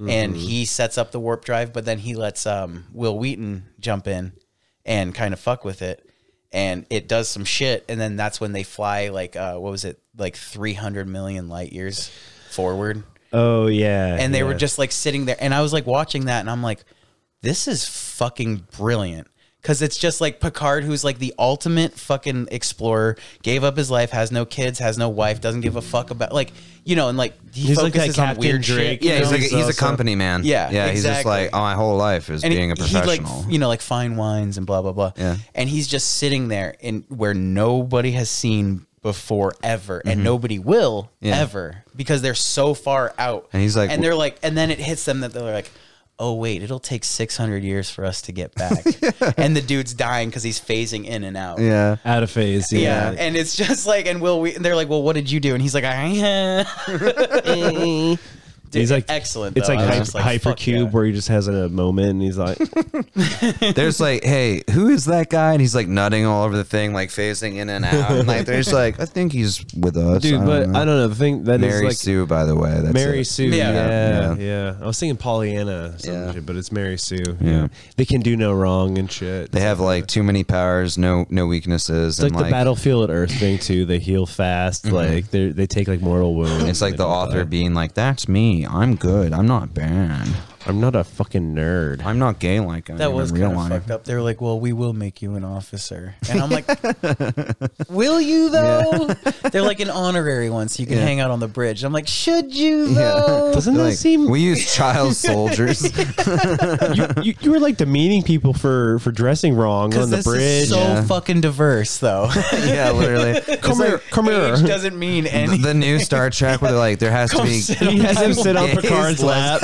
And he sets up the warp drive, but then he lets um, Will Wheaton jump in and kind of fuck with it, and it does some shit, and then that's when they fly like uh, what was it, like 300 million light years forward Oh yeah, and they were yeah. just like sitting there and i was like watching that and i'm like this is fucking brilliant Cause it's just like Picard, who's like the ultimate fucking explorer, gave up his life, has no kids, has no wife, doesn't give a fuck about like you know, and like he He's like that focuses on Captain weird Drake, shit. you Yeah, he's know, like he's he's a also- company man. Yeah, yeah. He's just exactly. like oh, my whole life is he- being a He professional. like, f- you know, like fine wines and blah blah blah. Yeah. And he's just sitting there in where nobody has seen before ever, and nobody will Mm-hmm. Yeah. ever because they're so far out. And he's like- and they're like, and then it hits them that they're like. Oh wait, it'll take 600 years for us to get back. And the dude's dying cuz he's phasing in and out. yeah. Out of phase. Yeah, Yeah. and it's just like, and will we? And they're like, well, what did you do? And he's like, I. Dude, He's like excellent. It's though. like, I was hyper, just like, fuck Hypercube yeah. where he just has a moment and he's like, There's like, hey, who is that guy? And he's like nutting all over the thing, like phasing in and out. And like, there's like, I think he's with us. dude, but I don't know. The thing that is Mary like Sue, by the way. That's Mary it. Sue. Yeah. Yeah. Yeah. Yeah, I was thinking Pollyanna, or some Yeah. shit, but it's Mary Sue. Yeah. They can do no wrong and shit. They have like too many powers, no no weaknesses, It's like, and the battlefield at Earth thing too. They heal fast. Like they they take like mortal wounds. It's like They the don't author die. being like, "That's me. I'm good. I'm not bad. I'm not a fucking nerd. I'm not gay like I That am was in real kind of life." fucked up. They were like, "Well, we will make you an officer," and I'm like, "Will you though?" They're like an honorary one, so you can Yeah. hang out on the bridge. I'm like, "Should you though?" Doesn't They're that like, seem? We use child soldiers. you, you, you were like demeaning people for for dressing wrong on the this is bridge. so Yeah. fucking diverse, though. yeah, literally. come here, come Age here. doesn't mean The, any. the new Star Trek where they're like, there has to Come be. sit He has him sit on Gays, Picard's lap.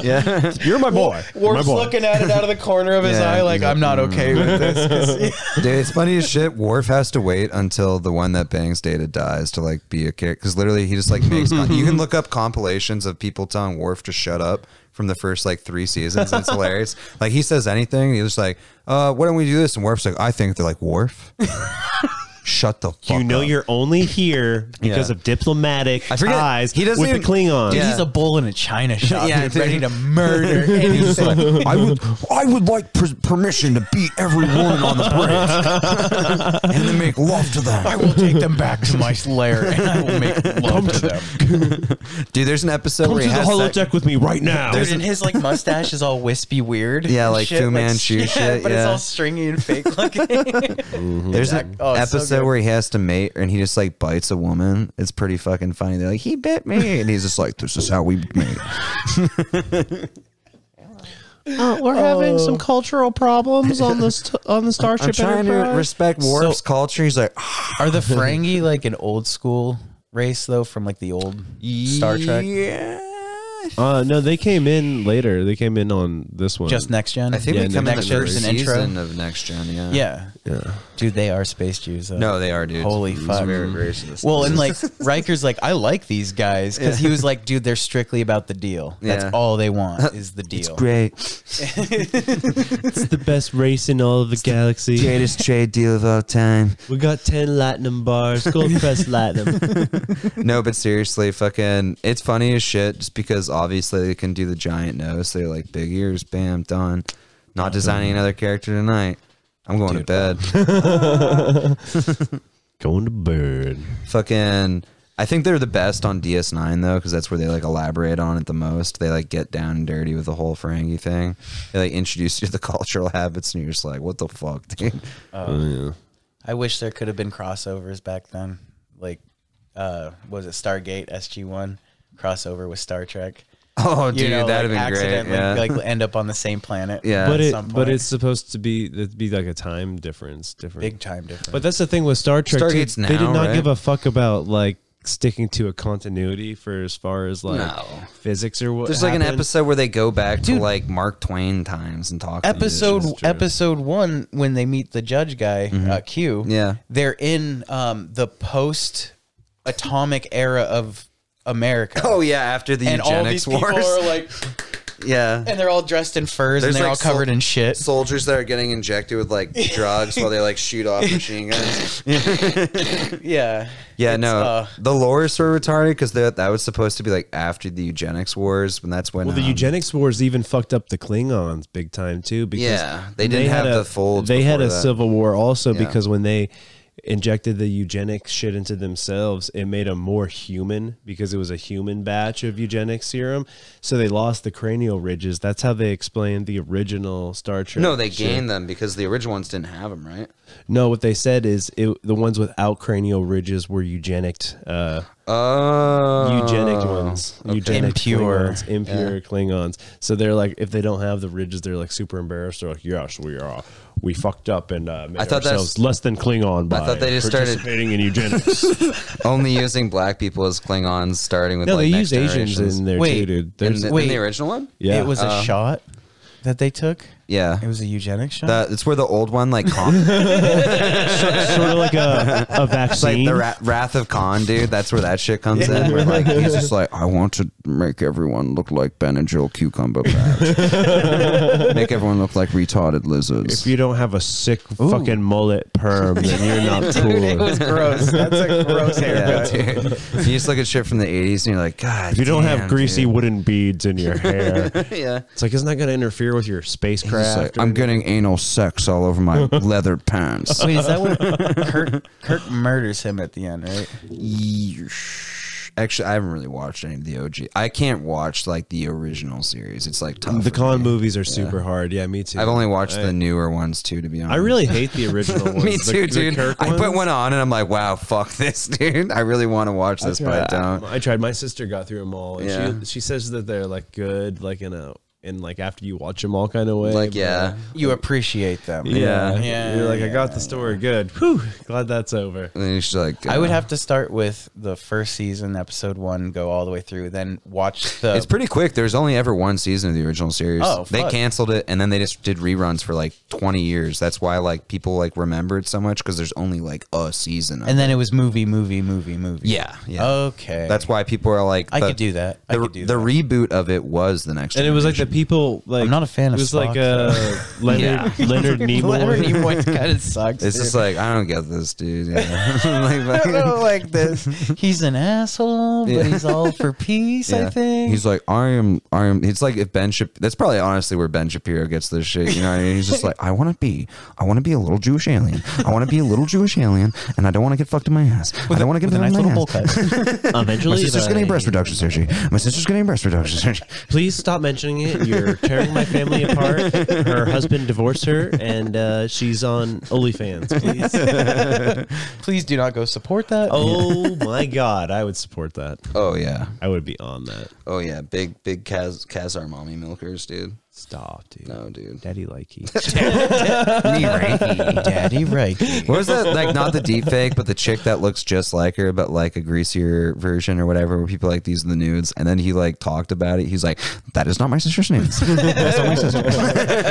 Yeah. You're my boy. my Warp's boy. looking at it out of the corner of his Yeah, eye, like "Mm-hmm." he's like, I'm not okay with this. 'Cause- Dude, it's funny as shit. Worf has to wait until the one that bangs Data dies to like be a character because literally he just like makes. Con- you can look up compilations of people telling Worf to shut up from the first like three seasons. And it's hilarious. Like he says anything, he's just like, "Uh, why don't we do this?" And Worf's like, "I think they're like Worf." Shut the fuck You know up. you're only here because Yeah. of diplomatic I forget- ties he doesn't with even- the Klingons. Yeah. He's a bull in a china shop, Yeah, dude, dude. ready to murder. anything. I would, I would like per- permission to beat every woman on the bridge and then make love to them. I will take them back to my lair and I will make love to them. Dude, there's an episode Come where to he the has sex- holodeck with me right now. Dude, and his like mustache is all wispy weird. Yeah, and like Fu Manchu shit, But it's yeah. all stringy and fake looking. There's That- an oh, it's so episode good. where he has to mate and he just like bites a woman. It's pretty fucking funny. They're like, he bit me. And he's just like, this is how we mate. we're having some cultural problems on this on the I'm Starship trying to respect Warp's So- culture. He's like, "Ah, Are the Ferengi like an old school race though from like the old Star Trek? Yeah. uh, no, they came in later. They came in on this one. Just next gen? I think Yeah, we and come then in the next first year's an intro. season of Next Gen. Yeah. uh, Yeah. Dude, they are space Jews. Though. No, they are, dude. Holy He's fuck. very racist. Well, and like Riker's like, I like these guys because he was like, dude, they're strictly about the deal. That's Yeah. all they want is the deal. great. it's the best race in all of the galaxy. Greatest trade deal of all time. We got ten Latinum bars, gold press Latinum. No, but seriously, fucking, it's funny as shit just because obviously they can do the giant nose. They're like big ears, bam, done. Not designing another character tonight. I'm going Dude. to bed. Going to bird. fucking, I think they're the best on DS9 though, because that's where they like elaborate on it the most. They like get down and dirty with the whole Ferengi thing. They like introduce you to the cultural habits, and you're just like, what the fuck, dude? I wish there could have been crossovers back then. Like, uh, was it Stargate SG One crossover with Star Trek? Oh, You dude, know, that'd like, have been great. accidentally, Yeah. Like end up on the same planet. Yeah. but at it some but point. it's supposed to be it'd be like a time difference different. big time difference. But that's the thing with Star Trek. too. Stargate's they did now, not right? give a fuck about like sticking to a continuity for as far as like No. physics or what. There's like an happened. episode where they go back Dude. to like Mark Twain times and talk. to you. episode It's true. episode one when they meet the judge guy uh, Q. Yeah. they're in um, the post atomic era of America. Oh yeah, after the and all eugenics these people wars. are like, yeah. and they're all dressed in furs There's, and they're like, all covered sol- in shit. Soldiers that are getting injected with like drugs while they like shoot off machine guns. yeah, Yeah, It's, no, uh, the lore is so retarded because that that was supposed to be like after the eugenics wars, when that's when Well, the um, eugenics wars even fucked up the Klingons big time too. Because Yeah, they didn't have had a, the folds They had before a that. civil war also Yeah. because when they injected the eugenic shit into themselves, it made them more human because it was a human batch of eugenic serum. So they lost the cranial ridges. That's how they explained the original Star Trek. No, they shit. gained them because the original ones didn't have them, right? No, what they said is it, the ones without cranial ridges were eugenic, uh, Oh, eugenic ones, eugenic Impure. Klingons, impure Klingons. So they're like, if they don't have the ridges, they're like super embarrassed. They're like, yes, we are, we fucked up and uh, made I thought that's- ourselves less than Klingon by I thought they just started- participating in eugenics. Only using black people as Klingons, starting with no, like they use next Asians generations. in there Wait, too, dude. In There's, the, in Wait. the original one. yeah, It was a Uh, shot that they took. Yeah, It was a eugenic shot. that, it's where the old one like Khan, sort of like a, a vaccine. like the Ra- Wrath of Khan, dude. That's where that shit comes in. Where like he's just like, I want to make everyone look like Ben and Joel cucumber patch. make everyone look like retarded lizards. if you don't have a sick fucking mullet perm, then you're not cool. it was gross. That's a gross yeah, haircut. dude. you just look at shit from the '80s and you're like, God. If you don't damn, have greasy dude." wooden beads in your hair, yeah. it's like isn't that going to interfere with your Just spacecraft? like, I'm getting anal sex all over my leather pants. Wait, is that when Kirk, Kirk murders him at the end, right? Yeesh. Actually, I haven't really watched any of the OG. I can't watch like the original series. It's like tough. the for con me. movies are super hard. Yeah, me too. I've only watched I- the newer ones too, to be honest. I really hate the original ones. Me The- too, the dude. Kirk I put ones. one on and I'm like, wow, fuck this, dude. I really want to watch this, but I don't. I tried. My sister got through them all. And Yeah. she she says that they're like good, like in a in like after you watch them all kind of way. Like, but- yeah. You appreciate them. Yeah. Yeah, You're like, I yeah, got the story good. Whew, glad that's over. And then she's like, I would uh, have to start with the first season, episode one, go all the way through, then watch the. It's pretty quick. There's only ever one season of the original series. Oh, They fuck. canceled it and then they just did reruns for like 20 years. That's why like people like remember it so much because there's only like a season. Of and it. then it was movie, movie, movie, movie. yeah, yeah. Okay. That's why people are like, I the- could do that. I The, could do the that. reboot of it was the next, And it was like the generation. people like I'm not a fan of It was Spock, like uh, Leonard Leonard Nimoy. Leonard Nimoy kind of sucks. It's dude. just like I don't get this, dude. Yeah. Like, I don't like this. He's an asshole, but Yeah. he's all for peace. yeah. I think he's like I am. I am. It's like if Ben Shapiro. That's probably honestly where Ben Shapiro gets this shit. You know, what I mean? he's just like I want to be. I want to be a little Jewish alien. I want to be a little Jewish alien, and I don't want to get fucked in my ass. I don't want to get with a fucked in nice little my bowl ass. cut. Eventually, My sister's getting breast reduction surgery. My sister's getting breast reduction surgery. Please stop mentioning it. You're tearing my family apart. Her husband divorced her, and uh, she's on OnlyFans. Please. Please do not go support that. Oh my God, I would support that. Oh yeah. I would be on that. Oh yeah. Big big Kaz Kazar mommy milkers, dude. Stop, dude. No, dude. Daddy likey. Me ranky. Daddy Reiki. What was that? Like not the deep fake, but the chick that looks just like her, but like a greasier version or whatever. Where people like these are the nudes, and then he like talked about it. He's like, "That is not my sister's name. That's not my sister.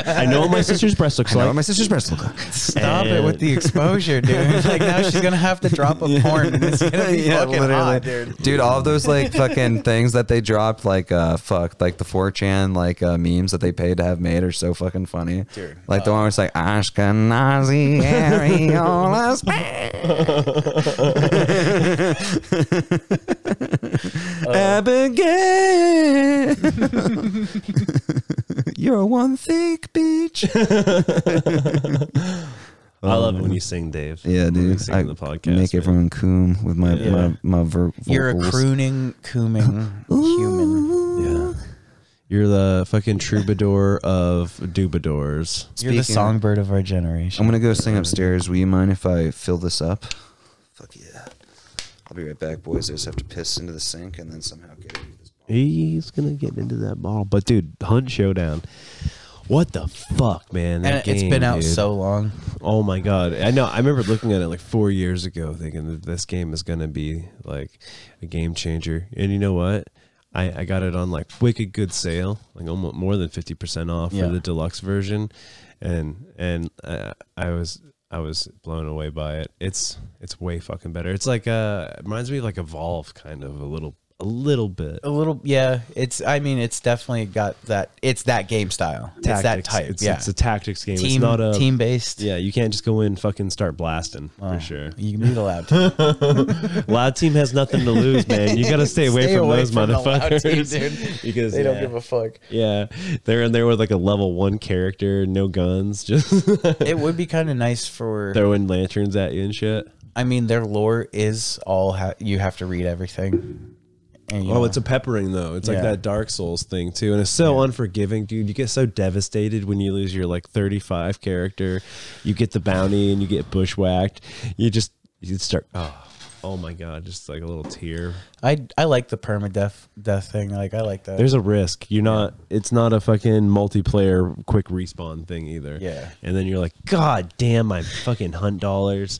I know what my sister's breast looks I know like. what my sister's breast look like." Stop it with the exposure, dude. Like now she's gonna have to drop a porn. And it's gonna be Yeah, fucking hot, dude. Dude, all of those like fucking things that they dropped, like uh, fuck, like the 4chan like uh, memes that they paid to have made are so fucking funny. Dude, like uh, the one where it's like Ashkenazi areolas. Uh, Abigail, you're one thick bitch. I love it when you sing, Dave. Oh. Yeah, When you dude. sing I in the podcast. make man. everyone coom with my Yeah. my my ver- You're a vocals. crooning, cooming human. Yeah. You're the fucking troubadour of doubadors. You're the Speaking- songbird of our I'm generation. gonna go sing upstairs. Will you mind if I fill this up? Fuck yeah. I'll be right back, boys. I just have to piss into the sink and then somehow get it. He's gonna get into that ball, but dude, Hunt Showdown. What the fuck, man? And That it's game, been out dude. so long. Oh my god! I know. I remember looking at it like four years ago, thinking that this game is gonna be like a game changer. And you know what? I, I got it on like wicked good sale, like almost more than fifty percent off Yeah. for the deluxe version, and and uh, I was I was blown away by it. It's it's way fucking better. It's like uh it reminds me of like Evolve, kind of a little a little bit. a little yeah it's i mean it's definitely got that it's that game style it's that Tactics. type It's, yeah it's a tactics game. team it's not a team based Yeah, you can't just go in and fucking start blasting for sure. you can be allowed to Loud team has nothing to lose, man. You got to stay away Stay from away those from the loud motherfuckers team, dude. because they don't yeah. give a fuck Yeah, they're in there with like a level one character, no guns, just it would be kind of nice for throwing lanterns at you and shit. i mean their lore is all ha- you have to read everything and, you Oh, know, it's a peppering though. It's like Yeah. that Dark Souls thing too, and it's so unforgiving, dude. You get so devastated when you lose your like 35 character. You get the bounty and you get bushwhacked. You just you start. Oh, oh my god, just like a little tear. i i like the permadeath death thing like i like that There's a risk. You're not. It's not a fucking multiplayer quick respawn thing either. Yeah. And then you're like, God damn, my fucking hunt dollars.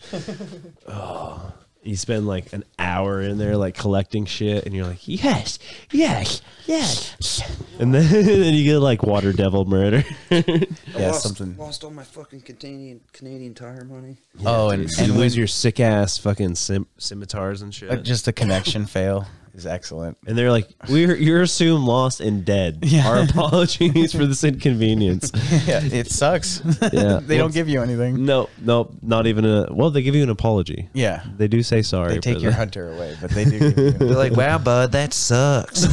Oh. You spend like an hour in there, like collecting shit, and you're like, yes, yes, yes. And then, then you get like water devil murder. yeah something Lost all my fucking Canadian Canadian tire money. oh and, and and when lose your sick ass fucking scim- scimitars and shit. uh, just the connection fail is excellent and they're like, we're you're assumed lost and dead. Yeah. Our apologies for this inconvenience. yeah it sucks Yeah. they don't give you anything No, no, not even a. Well, they give you an apology. yeah They do say sorry. they take for your that. hunter away but they do give you They're like, wow, bud, that sucks.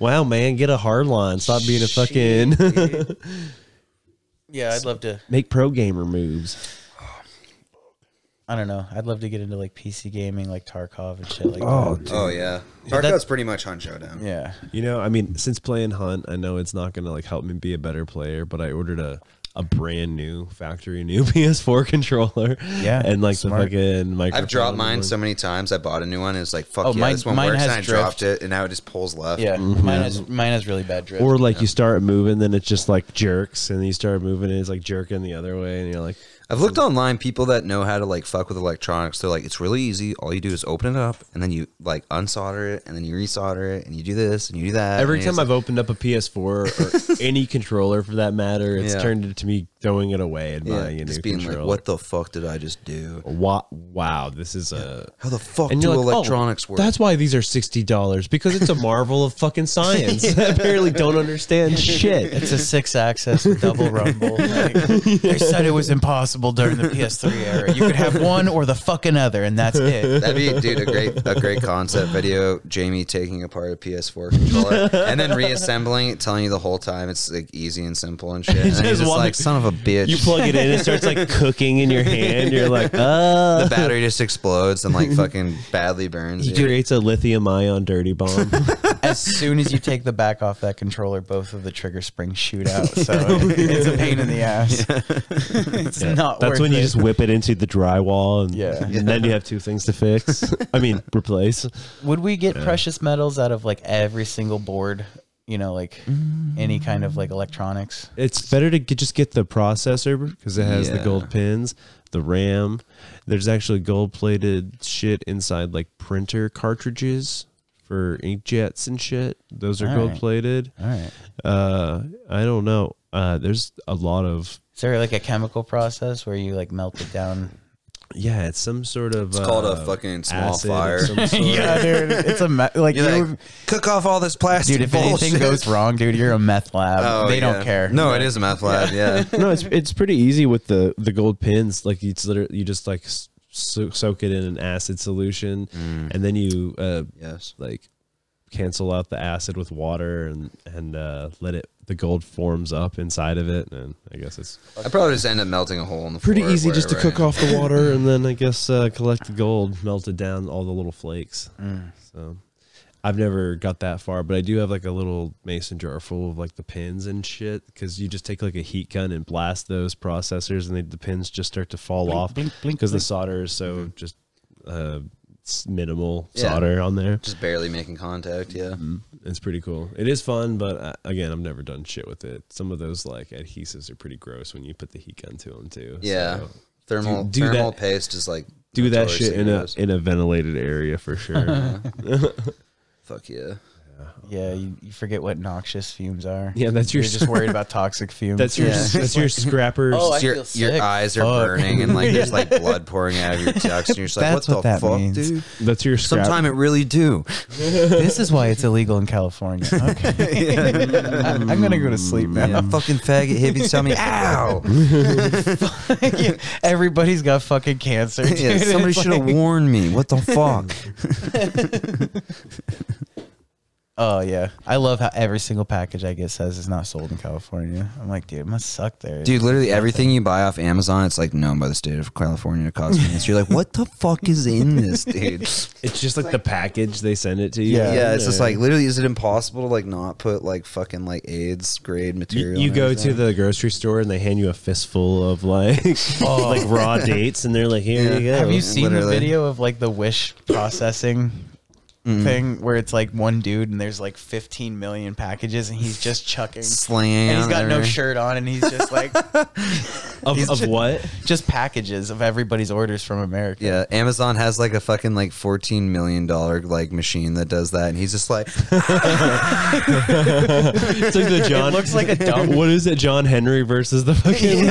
Wow, man, get a hard line. Stop being a fucking yeah i'd love to make pro gamer moves. I don't know. I'd love to get into like PC gaming, like Tarkov and shit like that. Oh yeah, Tarkov's pretty much Hunt Showdown. Yeah. You know, I mean, since playing Hunt, I know it's not gonna like help me be a better player, but I ordered a a brand new factory new PS4 controller. Yeah, and like smart. the fucking microphone. I've dropped mine and- so many times. I bought a new one. It's like fuck Oh, yeah, mine- this one mine works. has And I drift. dropped it, and now it just pulls left. Yeah. Mine has mine has really bad drift. Mm-hmm. Or like you start moving, then it's just like jerks, and then you start moving, and it's like jerking the other way, and you're like, I've looked online. People that know how to like fuck with electronics, they're like, it's really easy. All you do is open it up, and then you like unsolder it, and then you resolder it, and you do this, and you do that. Every and time it's I've opened up a PS4 or any controller for that matter, it's Yeah. turned into me throwing it away and like, buying a new just being controller. like, what the fuck did I just do? Wow, wow, this is a. How the fuck And do you're like, electronics oh, work? That's why these are sixty dollars because it's a marvel of fucking science. I apparently don't understand shit. it's a six access with double rumble. Like, they said it was impossible during the PS3 era. You could have one or the fucking other, and that's it. That'd be, dude, a great a great concept video. Jamie taking apart a PS4 controller and then reassembling it, telling you the whole time it's like easy and simple and shit. And then Just he's just one- like, son of a bitch. You plug it in, it starts like cooking in your hand. You're like, uh. the battery just explodes and like fucking badly burns. He you. creates a lithium ion dirty bomb. As soon as you take the back off that controller, both of the trigger springs shoot out. So it's a pain in the ass. it's Yeah. not. That's worth when you it. just whip it into the drywall, and, Yeah. and then you have two things to fix. I mean, replace. Would we get precious metals out of like every single board? You know, like any kind of like electronics. It's better to get, just get the processor because it has the Yeah. gold pins, the RAM. There's actually gold plated shit inside like printer cartridges for inkjets and shit. Those are All right. gold plated. All right. Uh, I don't know. Uh, there's a lot of Is there like a chemical process where you like melt it down? yeah. It's some sort of It's called a uh, fucking small acid of fire. some sort. dude, it's a me- like, You're you- like, cook off all this plastic. dude. If anything bullshit." goes wrong, dude, you're a meth lab. Oh, they yeah. don't care. No, it is a meth lab. Yeah. no, it's it's pretty easy with the the gold pins. Like it's literally you just like s- so- soak it in an acid solution, Mm. and then you uh, yes. like cancel out the acid with water and and uh, let it the gold forms up inside of it. And I guess it's I probably just end up melting a hole in the pretty floor easy just to wherever I cook am. off the water and then I guess uh, collect the gold, melt it down all the little flakes. So. I've never got that far, but I do have like a little mason jar full of like the pins and shit because you just take like a heat gun and blast those processors and they, the pins just start to fall off because the solder is so just uh, s- minimal Yeah. solder on there. Just barely making contact. Yeah. It's pretty cool. It is fun, but uh, again, I've never done shit with it. Some of those like adhesives are pretty gross when you put the heat gun to them too. Yeah. so Thermal do thermal that- paste is like do that notoriously shit in a gross. in a ventilated area for sure. Fuck yeah. Yeah, you, you forget what noxious fumes are. Yeah, that's your- You're just worried about toxic fumes. That's your Yeah. that's your scrappers. Oh, I your, feel your sick. eyes are Fuck. burning and like there's like blood pouring out of your ducts and you're just like, That's what what the that fuck, means. dude? that's your scrap. Sometime it really do. this is why it's illegal in California. Okay. I'm going to go to sleep now. Yeah, fucking faggot hippies tell me, ow. Everybody's got fucking cancer. Dude. Yeah, somebody It's should have like- warned me. What the fuck? Oh yeah, I love how every single package I get says it's not sold in California. I'm like, dude, it must suck there. Dude, literally everything you buy off Amazon, it's like known by the state of California cosmetics. You're like, what the fuck is in this, dude? it's just like the package they send it to you. Yeah. Yeah, it's just like literally, is it impossible to like not put like fucking like AIDS grade You, material? you in go to everything? the grocery store and they hand you a fistful of like like raw dates and they're like, here you go. Oh. Have you seen the literally. video of like the wish processing Mm-hmm. thing where it's like one dude and there's like 15 million packages and he's just chucking. slang. And he's out got no everywhere. shirt on and he's just like of, of what? just packages of everybody's orders from America. Yeah, Amazon has like a fucking like fourteen million dollar like machine that does that, and he's just like, It's like the John. looks like a dump. What is it? John Henry versus the fucking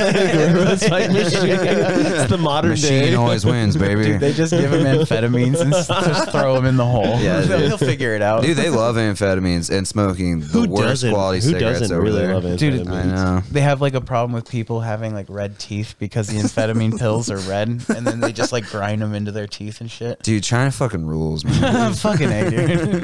roadside machine. It's the modern machine day. always wins, baby. Dude, they just give him amphetamines and s- just throw him in the hole. Yeah, They'll- dude. he'll figure it out. Dude, they love amphetamines and smoking the Who worst doesn't? quality Who cigarettes doesn't over really there. love it? Dude, I know. they have like a problem with people having like red teeth because the amphetamine pills are red and then they just like grind them into their teeth and shit. Dude, China fucking rules, man. Fucking A, dude.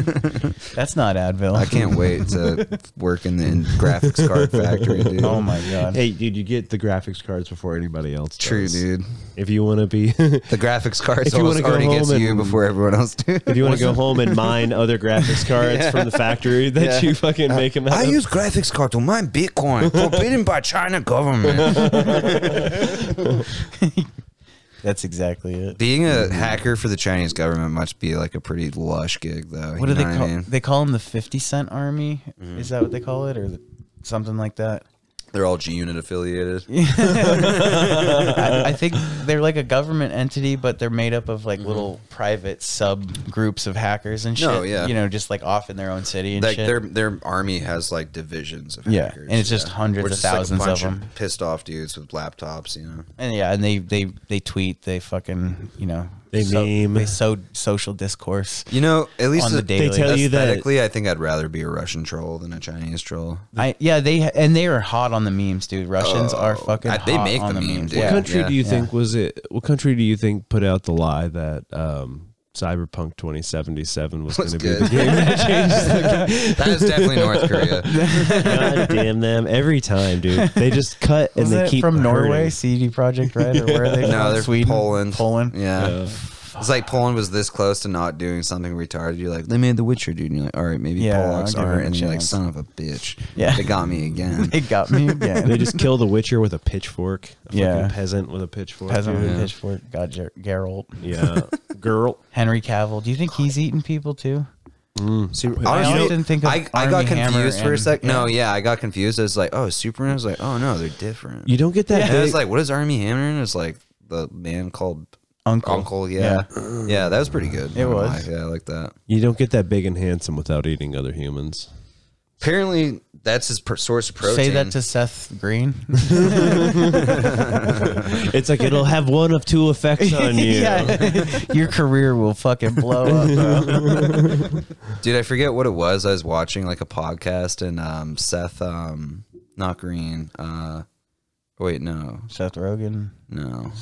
That's not Advil. I can't wait to work in the in graphics card factory, dude. Oh my god. Hey, dude, you get the graphics cards before anybody else. True, does. dude. If you want to be, if The graphics cards If you almost wanna go already gets home you and- before everyone else, dude. you want to go home and mine other graphics cards from the factory that Yeah. you fucking make them out I of. use graphics card to mine Bitcoin, forbidden by China government. That's exactly it. Being a hacker for the Chinese government must be like a pretty lush gig, though. What do you they know call I mean? Mm-hmm. they call them the 50 cent army? Is that what they call it or the, something like that? They're all G Unit affiliated. I, I think they're like a government entity, but they're made up of like little private sub groups of hackers and shit. Mm-hmm. No, yeah. You know, just like off in their own city and like shit. their their army has like divisions of Yeah, hackers, and it's just hundreds Which of is, like, a thousands of bunch them. pissed off dudes with laptops you know and yeah, and they they they tweet, they fucking you know They so- meme. they so social discourse. you know at least On the a- daily. They tell you that- aesthetically I think I'd rather be a Russian troll than a Chinese troll I yeah they and they are hot on the memes, dude. Russians are fucking. Oh, I- they hot make on the meme, memes. dude. What Yeah, country yeah, do you yeah. think was it? What country do you think put out the lie that um, Cyberpunk 2077 was going Was to be the good. game that changes the that is definitely North Korea God damn them every time, dude. They just cut and Was they it keep from Norway, hurting. CD Project Red, or where are they no from? they're Sweden, Poland Poland. yeah Uh, it's like Poland was this close to not doing something retarded you're like they made The Witcher dude and you're like all right maybe Yeah, I'll Polacks give them aren't a and you're like chance. son of a bitch Yeah. they got me again They got me again. they just kill the Witcher with a pitchfork. A Yeah. fucking peasant with a pitchfork. peasant with dude. a pitchfork. God, Ger- Geralt, Yeah, girl. Henry Cavill. Do you think he's eating people too? See, I often think of I, I got Army Hammer confused for a and- sec. No, yeah, I got confused. I was like, oh, Superman. I was like, oh no, they're different. You don't get that. And I was big- like, what is Army Hammer? And it's like the man called Uncle. Uncle. Yeah, yeah, that was pretty good. It was. Like, yeah, I like that. you don't get that big and handsome without eating other humans. Apparently, that's his per- source of protein. Say that to Seth Green. It's like it'll have one of two effects on you. yeah, your career will fucking blow up. Bro. dude. I forget what it was. I was watching like a podcast, and um, Seth, um, not Green. Uh, wait, no, Seth Rogen, no,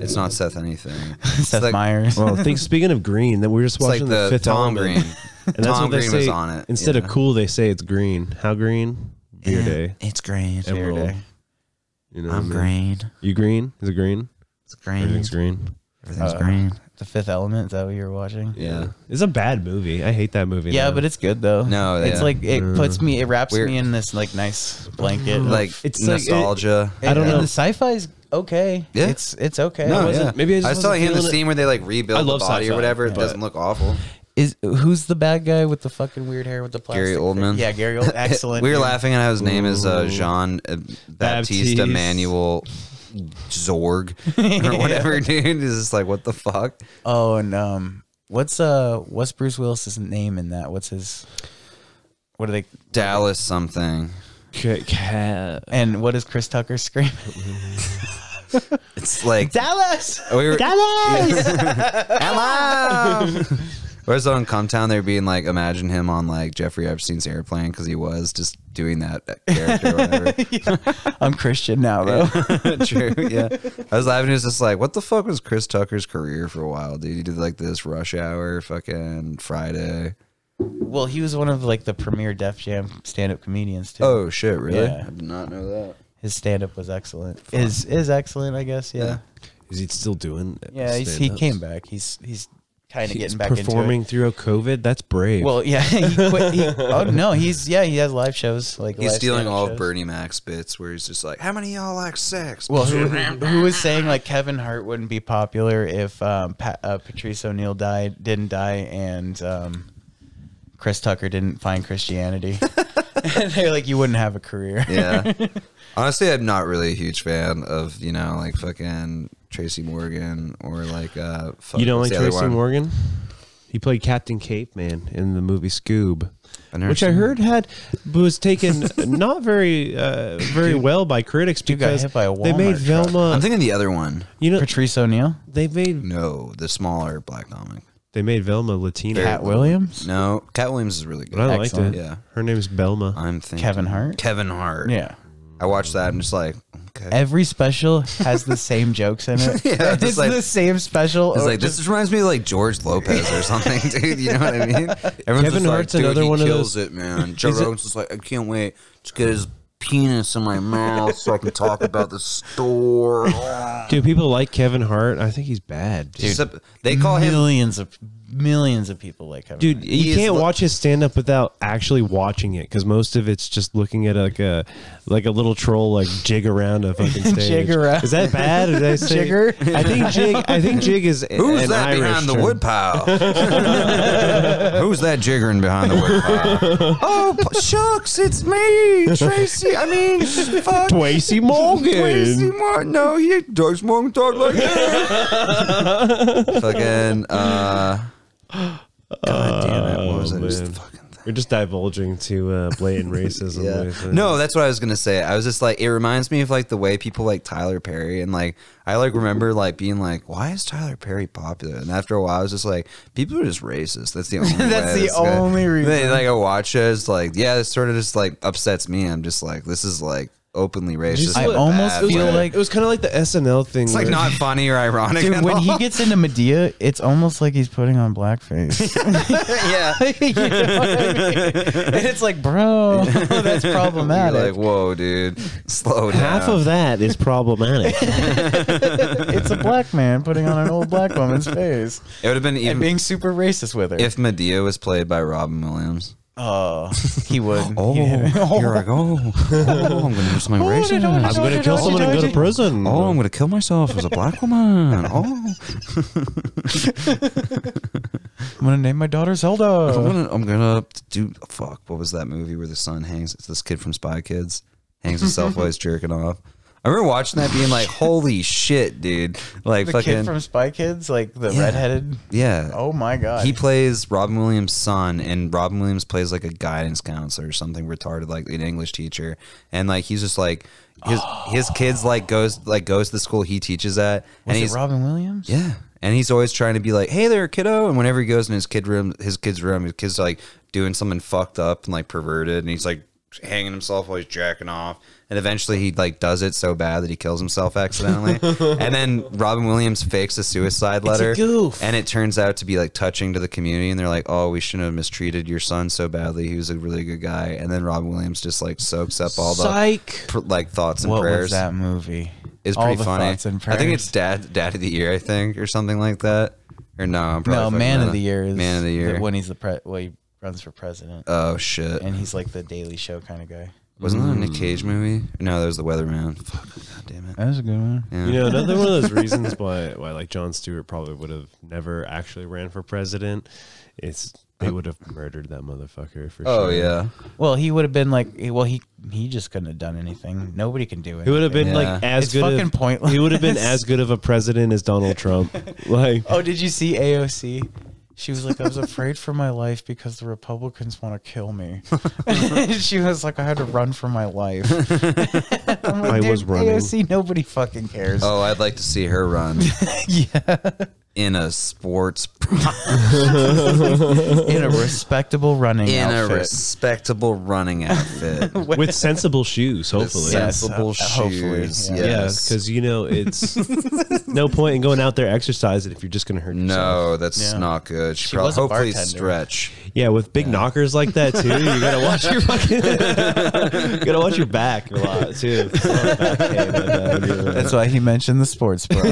it's not Seth anything. Seth like- Myers. Well, think speaking of green, that we're just It's like watching the, the, fifth Tom element, Green. and that's Tom what they Green say. was on it, Instead yeah. of cool, they say it's green. How green? Beer day. It's green. Emerald. You know, what I I'm mean? green. You green? Is it green? It's green. Everything's green. Everything's Uh, green. the Fifth Element. Is that what you were watching? Yeah. It's a bad movie. I hate that movie. now. Yeah, but it's good though. No, it's yeah. like it puts me, it wraps We're- Mm-hmm. me in this like nice blanket. of- like It's like it- nostalgia. I don't and know. The sci-fi's okay. Yeah. it's it's okay. No, wasn't- yeah. maybe I just was wasn't telling him the feeling it. scene where they like I rebuild the love body or sci-fi, whatever. It but- doesn't look awful. Is who's the bad guy with the fucking weird hair with the plastic? Gary Oldman. thing? Yeah, Gary Oldman. Excellent. we were dude. laughing at how his name is uh, Jean uh, Baptiste. Baptiste Emmanuel Zorg or whatever, dude. It's just like what the fuck. Oh, and um, What's uh what's Bruce Willis's name in that? What's his what are they Dallas something. and what is Chris Tucker screaming? It's like Dallas! we were, Dallas! Hello. Whereas on Cometown, they're being like, imagine him on like Jeffrey Epstein's airplane because he was just doing that character, or whatever. I'm Christian now though. True, yeah. I was laughing. It was just like, what the fuck was Chris Tucker's career for a while, dude? He did like this Rush Hour, fucking Friday. Well, he was one of like the premier Def Jam stand-up comedians too. Oh shit, really? Yeah. I did not know that. His stand-up was excellent. Is is excellent, I guess. Yeah. Is he still doing? Yeah, he's, he came back. He's he's kind of getting back performing into through COVID. That's brave. it. Well, yeah. He quit, he, oh no, he's yeah. He has live shows like He's live stealing stand-up all shows. of Bernie Mac's bits, where he's just like, "How many of y'all like sex?" Well, who, who was saying like Kevin Hart wouldn't be popular if um, pa- uh, Patrice O'Neill died, didn't die, and um, Chris Tucker didn't find Christianity? and they're like, you wouldn't have a career. yeah. Honestly, I'm not really a huge fan of you know like fucking Tracy Morgan or like uh. Fuck, you don't what's like the other Tracy one? Morgan? He played Captain Cape Man in the movie Scoob, I've never which I seen heard had was taken not very uh, very well by critics got because hit by a they made Walmart truck. Velma. I'm thinking the other one. you know, Patrice O'Neill, they made No, the smaller black comic. they made Velma Latina. Cat Williams, No, Cat Williams is really good. but I liked Excellent. it. Yeah. Her name's Belma. I'm thinking Kevin Hart. Mm-hmm. Kevin Hart. Yeah. I watched that. I'm just like, okay. Every special has the same jokes in it. Yeah, it's just like- the same special. It's or like this reminds me of like George Lopez or something, dude. You know what I mean? Everyone's Kevin just like, Hart's "Dude, another he one of kills those- it, man. Joe Is it- Rogan's just like, I can't wait to get his penis in my mouth so I can talk about the store. Uh, Do people like Kevin Hart? I think he's bad, dude. Except they call him. millions of millions of people like him. Dude, He you is can't lo- watch his stand up without actually watching it because most of it's just looking at like a like a little troll like jig around a fucking stage. Jig around. Is that bad? Did I say- Jigger? I think jig. I think jig is a- Who's an that Irish behind the term. woodpile? Who's that jiggering behind the woodpile? oh, p- shucks, it's me, Tracy. I mean, fuck. Tracy Tracy Morgan. Morgan. No, he George Morgan talk like that. fucking. Uh, God damn it! What was I just Oh, man. fucking? Thing? We're just divulging to uh, blatant racism. with, uh, No, that's what I was gonna say. I was just like, it reminds me of like the way people like Tyler Perry, and like I like remember like being like, why is Tyler Perry popular? And after a while, I was just like, people are just racist. That's the only. That's way the this guy- only reason. They, like I watch it, it's like yeah, this sort of just like upsets me. I'm just like, this is like openly racist. I in a almost bad It was way. feel kinda- like- it was kind of like the SNL thing. it's like where- not funny or ironic. Dude, at when he all. gets into Medea, it's almost like he's putting on blackface. yeah. You know what I mean? And it's like, bro, that's You're problematic. like, whoa, dude, slow down. half of that is problematic. it's a black man putting on an old black woman's face it would have been and even being super racist with her. if Medea was played by Robin Williams. oh, he would. Oh, here I go. Oh, I'm gonna do something racist. I'm going to kill someone and go to prison. Oh, I'm gonna kill myself as a black woman. Oh, Uh-huh. I'm gonna name my daughter Zelda. I'm gonna, I'm gonna do. Fuck, what was that movie where the son hangs? It's this kid from Spy Kids hangs himself while he's jerking off. I remember watching that, being like, "Holy shit, dude!" Like the fucking kid from Spy Kids, like the Yeah. redheaded. yeah. Oh my god. He plays Robin Williams' son, and Robin Williams plays like a guidance counselor or something retarded, like an English teacher. And like he's just like his his kids like goes like goes to the school he teaches at, and Was he's it Robin Williams? yeah, and he's always trying to be like, "Hey there, kiddo!" And whenever he goes in his kid room, his kid's room, his kid's like doing something fucked up and like perverted, and he's like hanging himself while he's jacking off. And eventually, he like does it so bad that he kills himself accidentally. and then Robin Williams fakes a suicide letter, goof. and it turns out to be like touching to the community. And they're like, "Oh, we shouldn't have mistreated your son so badly. He was a really good guy." And then Robin Williams just like soaks up all the Psych. pr- like thoughts and What prayers was that movie? is All pretty the funny. I thoughts and think it's prayers. Dad Dad of the Year, I think, or something like that. Or no, I'm probably No, fucking Man that of up. the Year is Man of the Year. when he's the pre- well, he runs for president, oh shit! and Mm. he's like the Daily Show kind of guy. Wasn't that a Nick Cage movie? No, that was the Weatherman. Fuck, God damn it. That was a good one. Yeah. You know, another one of those reasons why, why like John Stewart probably would have never actually ran for president. It's they would have murdered that motherfucker for oh sure. yeah, Well, he would have been like, well, he he just couldn't have done anything. Nobody can do it. He would have been Yeah. like as It's good. fucking of, pointless. He would have been as good of a president as Donald Trump. Like, Oh, did you see AOC? She was like, I was afraid for my life because the Republicans want to kill me. And she was like, I had to run for my life. I'm like, I was "Dude, running." AOC, nobody fucking cares. Oh, I'd like to see her run yeah. in a sports In a respectable running in a outfit. respectable running outfit. with sensible shoes, hopefully. Yes, Sensible uh, hopefully, shoes. yeah. Yeah, Yes. because you know it's no point in going out there exercising if you're just going to hurt yourself. no, that's Yeah. not good. She, She probably was a hopefully bartender. stretch. Yeah, with big knockers like that too, you gotta watch your fucking, you gotta watch your back a lot too. That's why he mentioned the sports bra.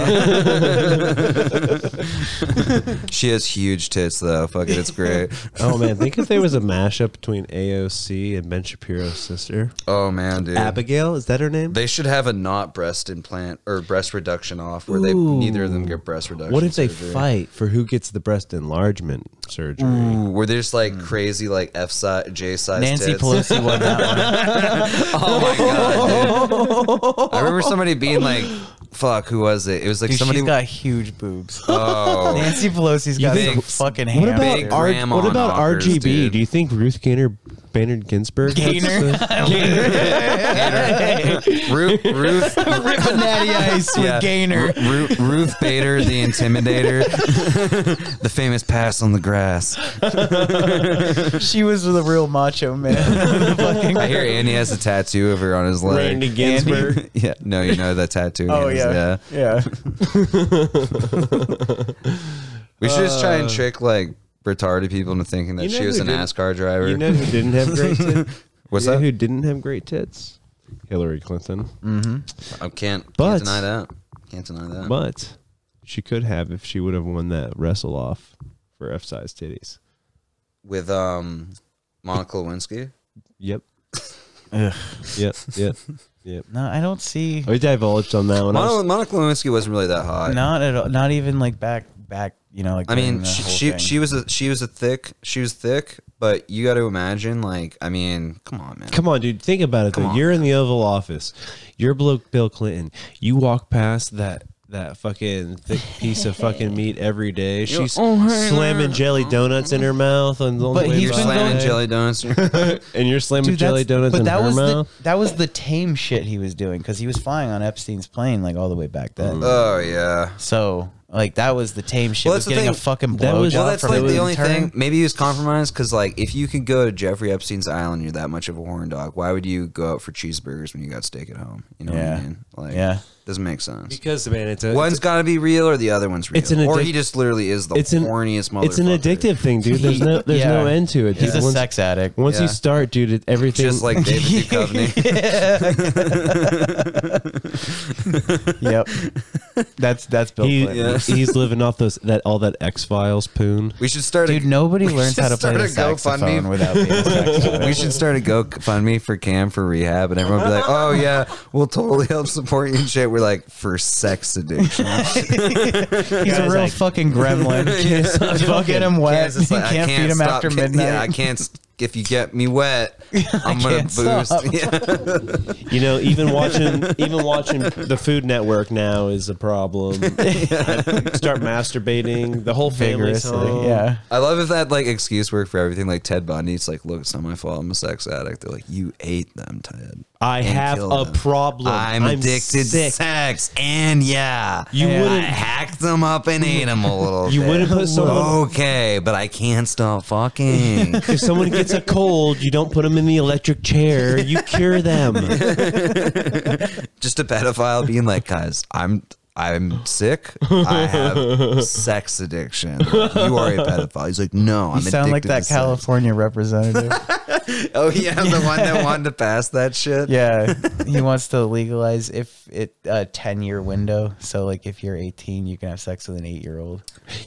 She has huge tits though. Fuck it, it's great. oh man, think if there was a mashup between AOC and Ben Shapiro's sister Oh man, dude. Abigail, is that her name? They should have a not breast implant or breast reduction off where they Ooh. neither of them get breast reduction. what if they surgery. fight for who gets the breast enlargement surgery? Ooh, where there's like crazy like F size J size Nancy tits. Pelosi won that one. Oh my god. dude. I remember somebody being like fuck, who was it? It was like Dude, somebody she's got huge boobs. Oh. Nancy Pelosi's got think- some fucking What ham. about Big R- grandma what about knockers, RGB? dude. Do you think Ruth Gaynor Baynard Ginsburg? gets Gaynor? the- Ruth Ruth Natty Ice yeah. with Gainer. Ru- Ru- Ruth Bader, the Intimidator, the famous pass on the grass. She was the real macho man. Fucking- I hear Andy has a tattoo of her on his leg. Randy Ginsburg. Yeah, no, you know that tattoo. oh is, yeah, yeah. We should just try and trick like retarded people into thinking that Uh, You know she was who a didn't- NASCAR driver. You know who didn't have great tits? What's you know that? Who didn't have great tits? Hillary Clinton. I can't, But- can't deny that. Can't deny that. But she could have if she would have won that wrestle off for F size titties. With um Monica Lewinsky. Yep. Ugh. Yep. Yep. yep. No, I don't see. We Oh, divulged on that one. I was- Monica, Monica Lewinsky wasn't really that hot. Not at all. Not even like back, back. You know, like I during mean, the she whole she, thing. she was a she was a thick she was thick, but you got to imagine like I mean, come on, man. Come on, dude. Think about it. Though. on. You're in the Oval Office. You're below Bill Clinton. You walk past that that fucking thick piece of fucking meat every day. She's slamming jelly donuts in her mouth and on But the way he's by. been slamming going- jelly donuts. and you're slamming Dude, jelly that's- donuts but in that her was mouth. the that was the tame shit he was doing because he was flying on Epstein's plane like all the way back then. oh yeah. So like that was the tame shit. Well, was that's the getting a thing. fucking That was- blowjob Well, Well, that's from like an the only intern. thing. Maybe he was compromised because, like, if you could go to Jeffrey Epstein's island, you're that much of a horn dog. Why would you go out for cheeseburgers when you got steak at home? You know what Yeah. I mean? Like, Yeah. doesn't make sense. because man, it's a One's got to be real, or the other one's real. It's an or addic- he just literally is the it's an horniest motherfucker. It's an addictive thing, dude. There's no there's Yeah. no end to it. He's dude. a once, sex addict. Once you Yeah. start, dude, it, everything Just like David Duchovny. yep. That's that's Bill he, Clinton. he's living off those that all that X Files poon. We should start. Dude, a, nobody learns should how to play start the a saxophone GoFundMe. without being a sax addict. we should start a GoFundMe for Cam for rehab, and everyone would be like, "Oh yeah, we'll totally help support you and shit." We're like for sex addiction. He's a Guys, real I- fucking gremlin. Can't Don't get him wet. Cam's just You like, I can't feed him stop. after Can't- midnight. Yeah, I can't. s- If you get me wet, I'm gonna can't stop. boost. Yeah. You know, even watching even watching the Food Network now is a problem. Start masturbating. The whole family's home. vigorously. Yeah. I love if that like excuse worked for everything. Like Ted Bundy, it's like, look, it's not my fault. I'm a sex addict. They're like, you ate them, Ted. I and have killed a them. problem. I'm, addicted to sick. sex, and yeah, You I wouldn't- hacked them up and ate them a little. You bit. wouldn't put someone- Okay, but I can't stop fucking. If someone gets a cold, you don't put them in the electric chair. You cure them. just a pedophile being like, guys, I'm I'm sick. I have sex addiction. Like, you are a pedophile. He's like, no, I'm You sound like addicted that to sex." California representative. Oh yeah, the one that wanted to pass that shit. yeah. He wants to legalize if it a 10 year window. So like if you're 18, you can have sex with an 8 year old.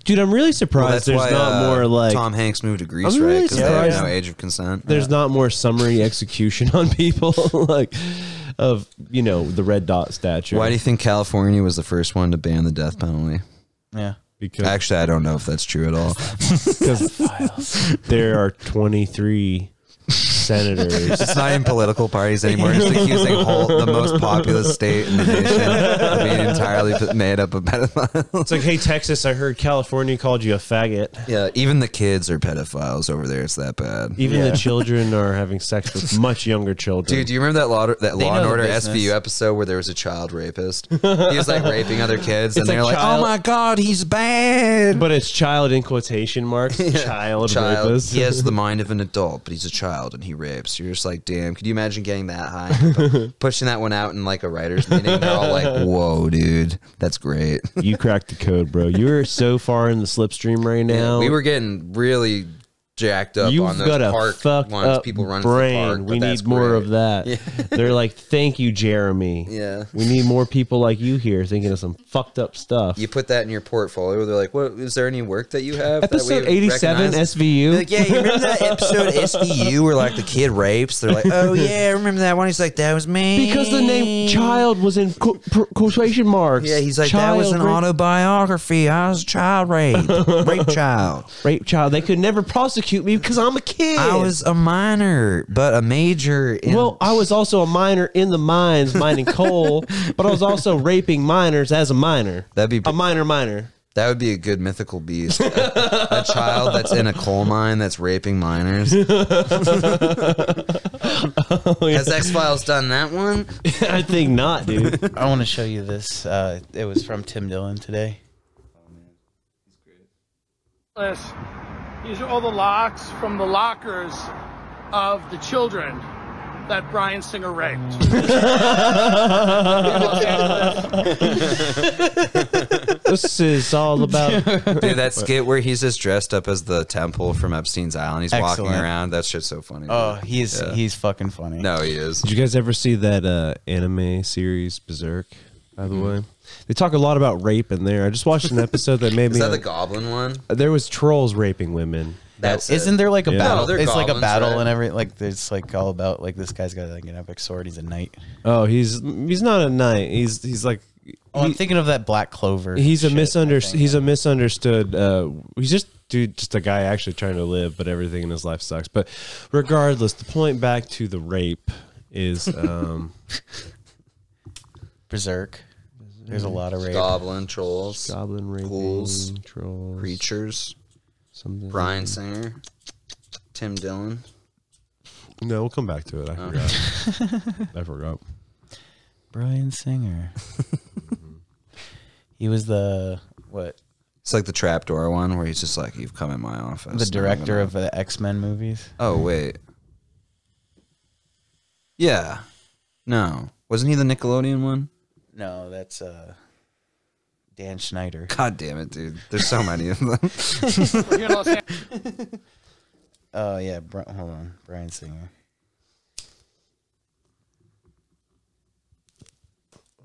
Dude, I'm really surprised there's not uh, more like Tom Hanks moved to Greece, I'm right? really Because they surprised- have no age of consent. there's not more summary execution on people like of you know the red dot statue. Why do you think California was the first one to ban the death penalty? Yeah. because Actually, I don't know if that's true at all. because there are 23 senators. It's not even political parties anymore. It's accusing whole, the most populous state in the nation of being entirely p- made up of pedophiles. it's like, hey, Texas, I heard California called you a faggot. Yeah, even the kids are pedophiles over there. It's that bad. Even the children are having sex with much younger children. Dude, do you remember that Law, that Law know and the Order business. SVU episode where there was a child rapist? He was like raping other kids, and a they're like, child- "Oh my god, he's bad." but it's child in quotation marks. Child, child. rapist. He has the mind of an adult, but he's a child and he rapes. You're just like, damn, could you imagine getting that high? Pu- pushing that one out in like a writer's meeting. They're all like, whoa, dude, that's great. You cracked the code, bro. You're so far in the slipstream right now. we were getting really jacked up You've on those got a park fucked ones. up People running brain. through the park. we need more of that. that. They're like, thank you, Jeremy. Yeah. We need more people like you here thinking of some fucked up stuff. You put that in your portfolio. They're like, "What is there any work that you have?" Episode that we 87 recognize? SVU. They're Like, yeah, you remember that episode of SVU where like the kid rapes? They're like, oh yeah, I remember that one? He's like, that was me. Because the name child was in qu- pr- quotation marks. Yeah, he's like, Child that was an rape- autobiography. I was a child rape, rape child. rape child. They could never prosecute me because I'm a kid. I was a minor, but a major. In, Well, I was also a minor in the mines mining coal, but I was also raping minors as a minor. That'd be- a minor minor. that would be a good mythical beast. a, a child that's in a coal mine that's raping minors. Has X Files done that one? I think not, dude. I want to show you this. Uh, it was from Tim Dillon today. This. These are all the locks from the lockers of the children that Brian Singer raped. this is all about. Dude, that skit where he's just dressed up as the temple from Epstein's Island. He's walking Excellent. around. That shit's so funny. Oh, dude. he's Yeah. he's fucking funny. no, he is. Did you guys ever see that uh, anime series Berserk? By the way, they talk a lot about rape in there. I just watched an episode that made me. Is that the goblin one? there was trolls raping women. That's it. Isn't there like a Yeah. battle? No, they're it's like a goblins, battle right? and every like it's like all about like this guy's got like an epic sword. He's a knight. Oh, he's he's not a knight. He's he's like Oh, I'm thinking of that Black Clover. he's a shit, I misunderstood. think. He's a misunderstood. Uh, he's just dude, just a guy actually trying to live, but everything in his life sucks. But regardless, the point back to the rape is um, Berserk. There's a lot of rape. Goblin, trolls, goblin raping, Ghouls. trolls, creatures, something. Brian Singer, Tim Dillon. No, we'll come back to it. I Oh. forgot. I forgot. Brian Singer. he was the what? It's like the trapdoor one where he's just like, "You've come in my office." The and I'm director gonna- of the X Men movies. Oh wait. Yeah. No, wasn't he the Nickelodeon one? No, that's uh, Dan Schneider. God damn it, dude! There's so many of them. We're here in Los Angeles. Oh yeah, Bri- hold on, Brian Singer.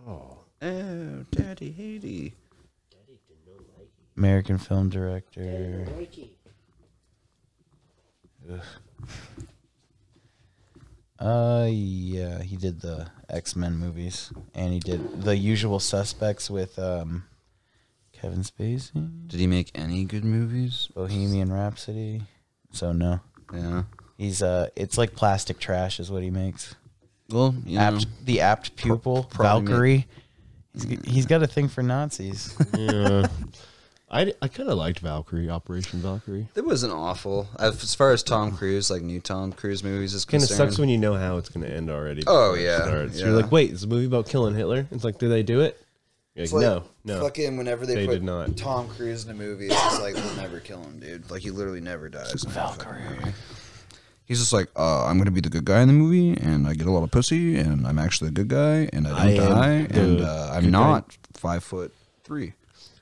oh, Daddy Haiti. American film director. Ugh. Uh yeah, he did the X Men movies, and he did The Usual Suspects with um, Kevin Spacey, Did he make any good movies? Bohemian Rhapsody. So no, Yeah. he's uh, it's like plastic trash is what he makes. Well, you know, Apt, the apt pupil, probably ma- Valkyrie. He's, he's got a thing for Nazis. I, I kind of liked Valkyrie, Operation Valkyrie. it wasn't awful. As far as Tom Cruise, like new Tom Cruise movies, is Kind of concerned. sucks when you know how it's going to end already. Oh, before it yeah, starts. yeah. You're like, wait, it's a movie about killing Hitler. It's like, do they do it? You're It's like, like, no, no. Fucking whenever they, They put did not. Tom Cruise in a movie, it's just like we'll never kill him, dude. Like he literally never dies. Valkyrie. He's just like, uh, I'm gonna be the good guy in the movie, and I get a lot of pussy, and I'm actually a good guy, and I don't I am die, the and uh, I'm good guy. not five foot three.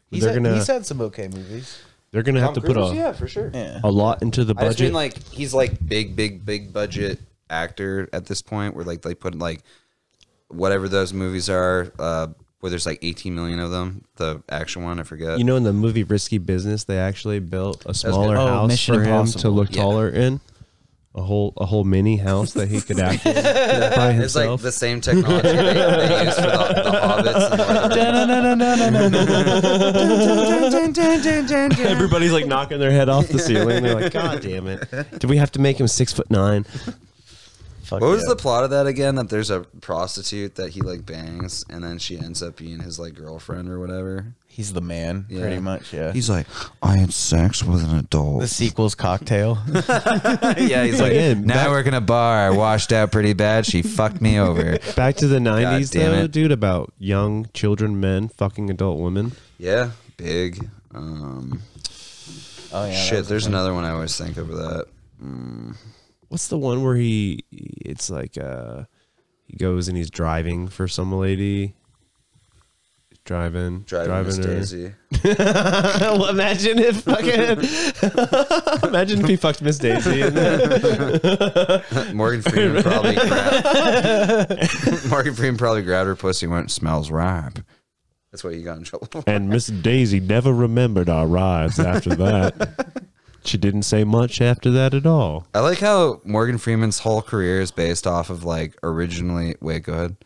He's They're had, gonna- he's had some okay movies. They're going to have to put a, for sure. Yeah. a lot into the I just mean budget. like he's like big, big, big budget actor at this point, where like they put like whatever those movies are, uh, where there's like 18 million of them. The action one, I forget. you know, in the movie Risky Business, they actually built a smaller Oh, house Mission for him to Impossible. look Yeah. taller in. A whole a whole mini house that he could act in by It's like himself. the same technology they, they use for the, the hobbits. And Lord of the Rings. Everybody's like knocking their head off the ceiling. They're like, God damn it! Do we have to make him six foot nine? Fuck What was yeah. the plot of that again? That there's a prostitute that he like bangs, and then she ends up being his like girlfriend or whatever. He's the man, Yeah. pretty much. Yeah. He's like, I had sex with an adult. the sequel's cocktail. Oh, yeah, he's like, Yeah, now I work in a bar. I washed out pretty bad. She fucked me over. Back to the nineties damn though, it. dude, about young children, men fucking adult women. Yeah, big. Um, oh yeah. that shit, was- there's another one I always think of that. Mm, What's the one where he it's like uh he goes and he's driving for some lady. Driving, driving Miss her. Daisy. well, imagine if fucking imagine if he fucked Miss Daisy. And then, Morgan Freeman probably grabbed, Morgan Freeman probably grabbed her pussy and went, smells ripe. That's why you got in trouble. and Miss Daisy never remembered our rides after that. She didn't say much after that at all. I like how Morgan Freeman's whole career is based off of like originally. Wait, go ahead.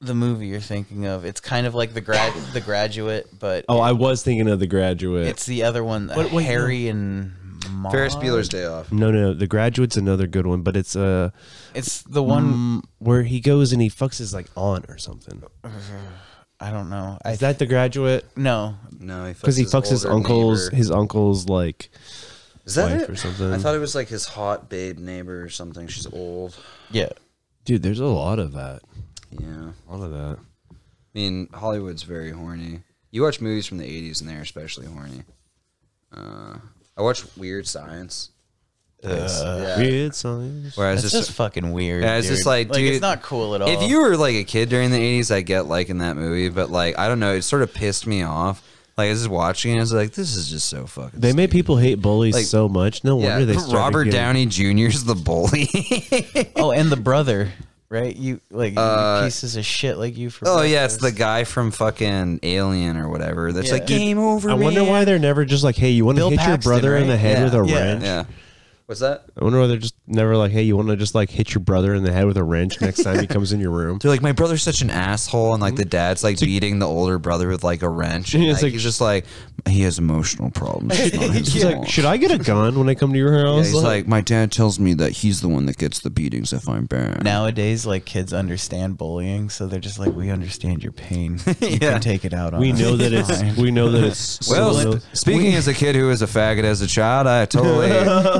the movie you're thinking of. It's kind of like the grad, the graduate, but Oh, I was thinking of The Graduate. it's the other one. uh, What- what- Harry and Maude? Ferris Bueller's Day Off. no, no, The Graduate's another good one, but it's uh It's the one. mm, where he goes and he fucks his like aunt or something. I don't know. I Is that The Graduate? no. No, he fucks Because he fucks his older uncle's neighbor. his uncle's like Is that wife it? or something. I thought it was like his hot babe neighbor or something. She's old. Yeah. dude. There's a lot of that. Yeah. A lot of that. I mean, Hollywood's very horny. You watch movies from the '80s, and they're especially horny. Uh, I watch Weird Science. Yeah. Weird science. Where I was It's just, just, fucking weird. Yeah, it's dude. just like, dude, it's not cool at all. if you were like a kid during the '80s, I get like in that movie, but like I don't know, it sort of pissed me off. Like I was just watching, it, I was like, this is just so fucking. They made people hate bullies Like- so much. No Yeah, wonder they but started Robert getting- Downey Jr.'s the bully. oh, and the brother, right? You like you Uh, pieces of shit like you for. oh yeah, it's the breakfast. guy from fucking Alien or whatever. That's Yeah. like Dude, game over. I wonder man." why they're never just like, hey, you want to Bill hit Paxton, your brother in the right? head Yeah. with a Yeah. wrench? Yeah. What's that? I wonder why they're just never like, hey, you want to just like hit your brother in the head with a wrench next time he comes in your room? They're like, my brother's such an asshole, and like the dad's like beating the older brother with like a wrench. And, Yeah, it's like, like- he's just like, he has emotional problems. It's not his She's like, fault." should I get a gun when I come to your Yeah, house? he's like, my dad tells me that he's the one that gets the beatings if I'm bad. Nowadays, like kids understand bullying, so they're just like, "We understand your pain. You Yeah. can take it out on." we us. know that fine." it's we know that it's uh, Well, so- sp- speaking as a kid who was a faggot as a child, I totally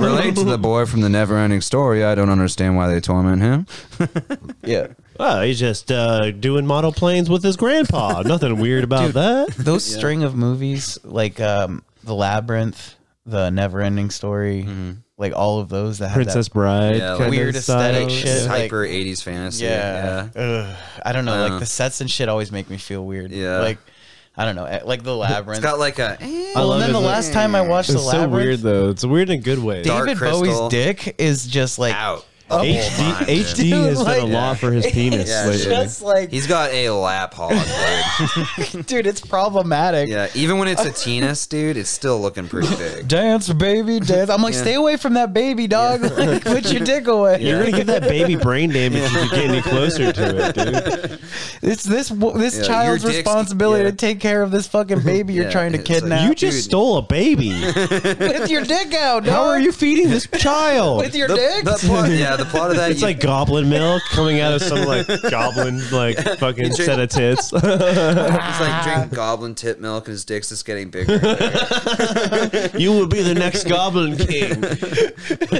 relate to the boy from the never ending story. I don't understand why they torment him. yeah. oh, he's just uh, doing model planes with his grandpa. Nothing weird about that. Those string of movies, like um, the Labyrinth, the Never-Ending Story, Mm-hmm. like all of those that have Princess that Bride, Yeah, like- kinda Weird aesthetic style. shit. like- Hyper 80s fantasy. Yeah. Ugh. I don't know. Uh. like the sets and shit always make me feel weird. Yeah. Like I don't know. eh, Like the labyrinth. It's got like a. I well, love and then it, the like- last time I watched It's the so labyrinth, weird though. It's weird in a good way. Dark David Crystal. Bowie's dick is just like out. HD, HD has done a Like- lot for his penis Yeah, lately. just like He's got a lap hog, dude. dude, it's problematic. Yeah, even when it's a penis, dude, it's still looking pretty big. Dance, baby, dance. I'm like, stay away from that baby, dog. Like, put your dick away. You're gonna get that baby brain damage if you get any closer to it, dude. It's this wo- this Yeah, child's your dick's- responsibility yeah. to take care of this fucking baby you're Yeah, trying to it's like- kidnap You just Dude. stole a baby. with your dick out. How dog. are you feeding this child? with your The, dick? the plot, yeah, the plot of that. It's you- like goblin milk coming out of some like goblin like fucking set of tits. he's like drinking goblin tip milk, and his dick's just getting bigger. and bigger. you will be the next goblin king.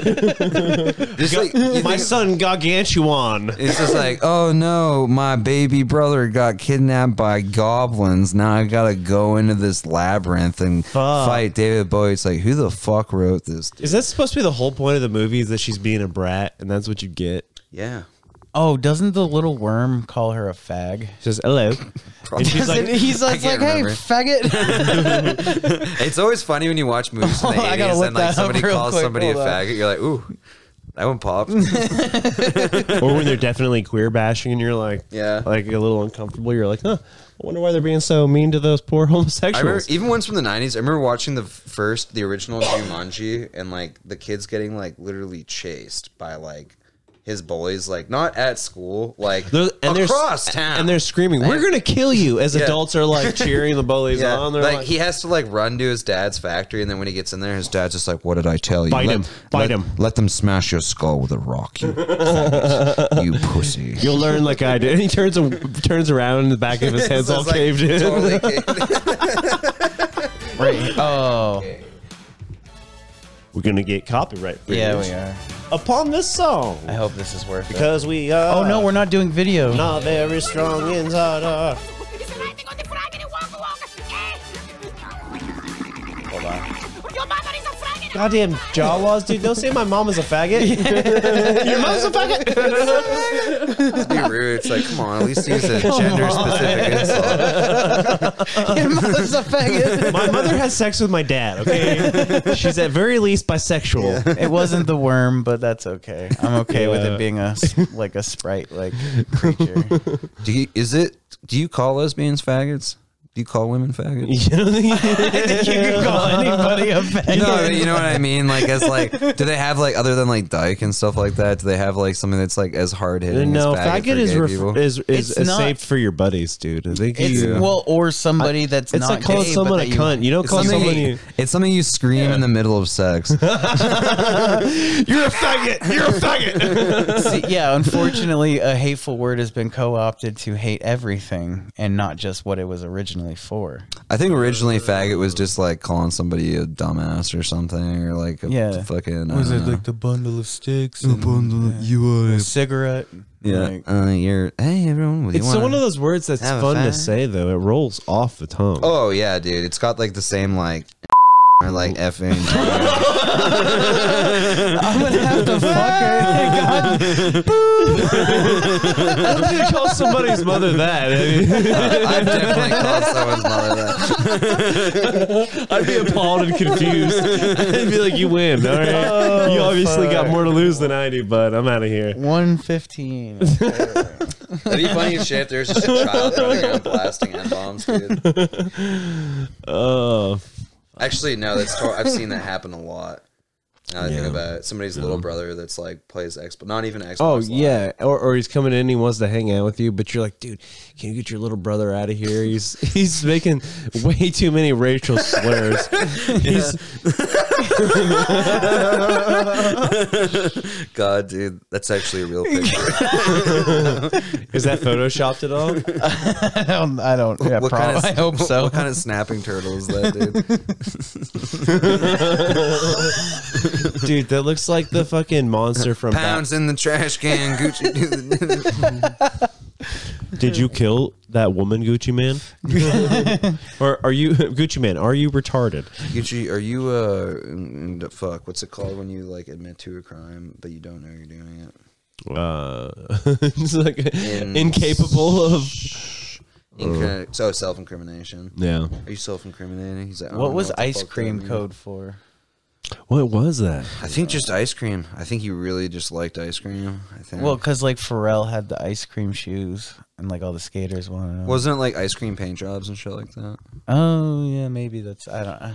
Just like, you My think- son gargantuan. It's just like, oh no, my baby brother got kidnapped by goblins. Now I gotta go into this labyrinth and Fuck. fight David Bowie. It's like, who the fuck wrote this? Dude? Is that supposed to be the whole point of the movie? Is that she's being a brat and that's what you get? Yeah, Oh, doesn't the little worm call her a She fag? says hello. And she's like, he's like, can't hey, remember." faggot. it's always funny when you watch movies from the I gotta eighties look and like that up somebody real calls quick. somebody a Hold on. faggot. You're like, ooh, that one popped. or when they're definitely queer bashing and you're like, Yeah. like a little uncomfortable. You're like, huh. I wonder why they're being so mean to those poor I remember homosexuals. even ones from the nineties. I remember watching the f- first, the original Jumanji, and like the kids getting like literally chased by like his bullies, like not at school, like They're- and they're- across town. and they're screaming, "We're gonna kill you!" As Yeah. adults are like cheering the bullies yeah, on. They're like, like, he has to like run to his dad's factory, and then when he gets in there, his dad's just like, "What did I tell you? Bite him. Bite let- him. Let them smash your skull with a rock, you, faggot. you pussy. "You'll learn like I did." And he turns a, turns around, and the back of his head's all It's like, caved in. totally caved in. Right. Oh. We're gonna get copyright. Yeah, fingers we are. Upon this song, I hope this is worth it. because we are. Oh no, we're not doing video. not very strong inside. Our Hold on. goddamn Jawas, dude! Don't say my mom is a faggot. Your mom's a faggot. Just be rude. It's like, come on, at least use a gender specific insult. Your mother's a faggot. my mother has sex with my dad. Okay, she's at very least bisexual. It wasn't the worm, but that's okay. I'm okay with Yeah. it being a s- like a sprite like creature. Do you, is it? Do you call lesbians faggots? Do you call women faggots? You don't think you can call anybody a faggot. No, I mean, you know what I mean. Like, as like, do they have like other than like dyke and stuff like that? Do they have like something that's like as hard hitting? No, as faggot, faggot for is gay ref- people? is is, It's is not- saved for your buddies, dude. I think It's you, well, or somebody that's it's not like calling gay, someone but a that you- cunt. You don't It's call something, someone you, you. it's something you scream in the middle of sex. You're a faggot. You're a faggot. See, yeah, unfortunately, a hateful word has been co-opted to hate everything and not just what it was originally for. I think originally faggot was just like calling somebody a dumbass or something, or like a Yeah. fucking. I don't know. the bundle of sticks, You are. cigarette? yeah, Like, uh, you're. Hey, everyone. what do you It's wanna- one of those words that's Have a fun to fag? say though. It rolls off the tongue. Oh yeah, dude. It's got like the same like or like effing. I'm gonna have to fuck her. How do you call somebody's mother that? I've definitely called someone's mother that. I'd be appalled and confused. Oh, I'd be like, "You win, all right? you obviously got more to lose than I do, but I'm out of here." One fifteen. That'd be funny as shit if there's just a child running around blasting n bombs, dude. Oh, Actually, no. That's tor- I've seen that happen a lot. Now that I Yeah. think about it, somebody's little brother that's like plays Xbox, not even Xbox. Oh Live. yeah, or, or he's coming in, he wants to hang out with you, but you're like, dude, can you get your little brother out of here? He's he's making way too many racial slurs. He's God, dude, that's actually a real picture. is that photoshopped at all? I don't. I don't. Yeah, what prob- kind of, I hope what- so. What kind of snapping turtle is that, dude? Dude, that looks like the fucking monster from. Bat- Pounds in the trash can, Gucci. dude. Did you kill that woman, Gucci Man? or are you Gucci Man? Are you retarded? Gucci, are you uh, n- n- fuck? What's it called when you like admit to a crime but you don't know you're doing it? Uh, it's like In- incapable of. Incri- so self-incrimination. Yeah. Are you self-incriminating? He's like, I don't What know was the ice fuck that cream means. code for? What was that? I think just ice cream. I think you really just liked ice cream. I think. Well, because like Pharrell had the ice cream shoes, and like all the skaters wanted them. wasn't it like ice cream paint jobs and shit like that? oh yeah, maybe that's I don't. I-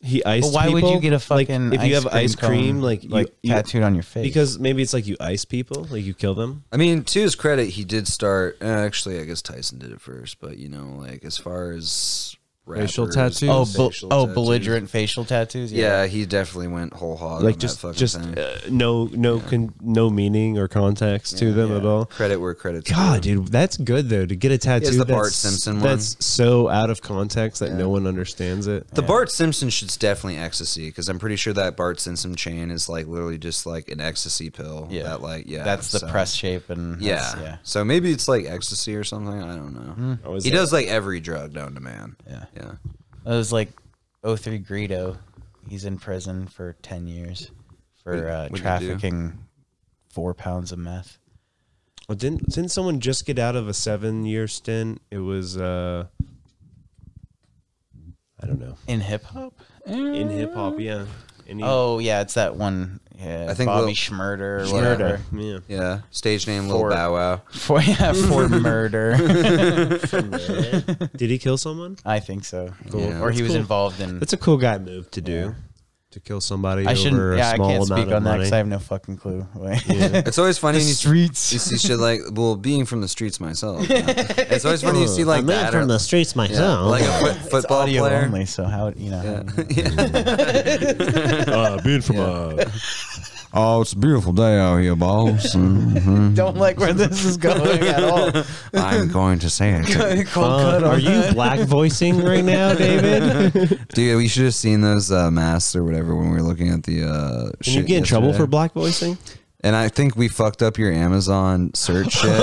He iced. But why would you people? get a Like, fucking? if you have ice cone, cream, like you- you, tattooed on your face? Because maybe it's like you ice people, like you kill them. I mean, to his credit, he did start. eh, Actually, I guess Tyson did it first, but you know, like as far as Racial rappers, tattoos? oh, bu- facial oh, tattoos- belligerent facial tattoos. Yeah, he definitely went whole hog. like on just that fucking just thing. uh, no no con- no meaning or context to them at all. credit where credit's God, due. dude, that's good though to get a tattoo. the that's, Bart Simpson one. That's so out of context that no one understands it. The Bart Simpson should definitely ecstasy because I'm pretty sure that Bart Simpson chain is like literally just like an ecstasy pill. Yeah. that like yeah, that's the so- press shape, and that's- Yeah. so maybe it's like ecstasy or something. I don't know. Oh, is He that- does like every drug known to man. yeah, yeah. Yeah, It was like 03 Greedo. He's in prison for ten years for What- uh, what'd he do? trafficking four pounds of meth. Well, didn't didn't someone just get out of a seven year stint? It was uh, I don't know In hip hop? in hip hop. Yeah. And he- Oh yeah, it's that one. Yeah, I think Bobby Lil- Schmurder. or Schmurder. whatever. yeah. yeah. Stage name Lil For- Bow Wow. For yeah, for murder. Did he kill someone? I think so. Cool. Yeah, or he that's was cool. involved in. That's a cool guy move to do. to kill somebody I over shouldn't. a Yeah, I small can't amount speak of on that money. because I have no fucking clue. It's always funny. the when you- You streets. see shit like, well, being from the streets myself. you know. It's always funny you see like that. or- streets yeah, like a foot, It's football audio player. only, so how you know? Yeah. uh, being from a Oh, it's a beautiful day out here, boss. Don't like where this is going at all. Cold I'm going to say it. cut on that. Uh, black voicing right now, David? Dude, we should have seen those uh, masks or whatever when we were looking at the. Uh, Can you get in trouble for black voicing? And I think we fucked up your Amazon search shit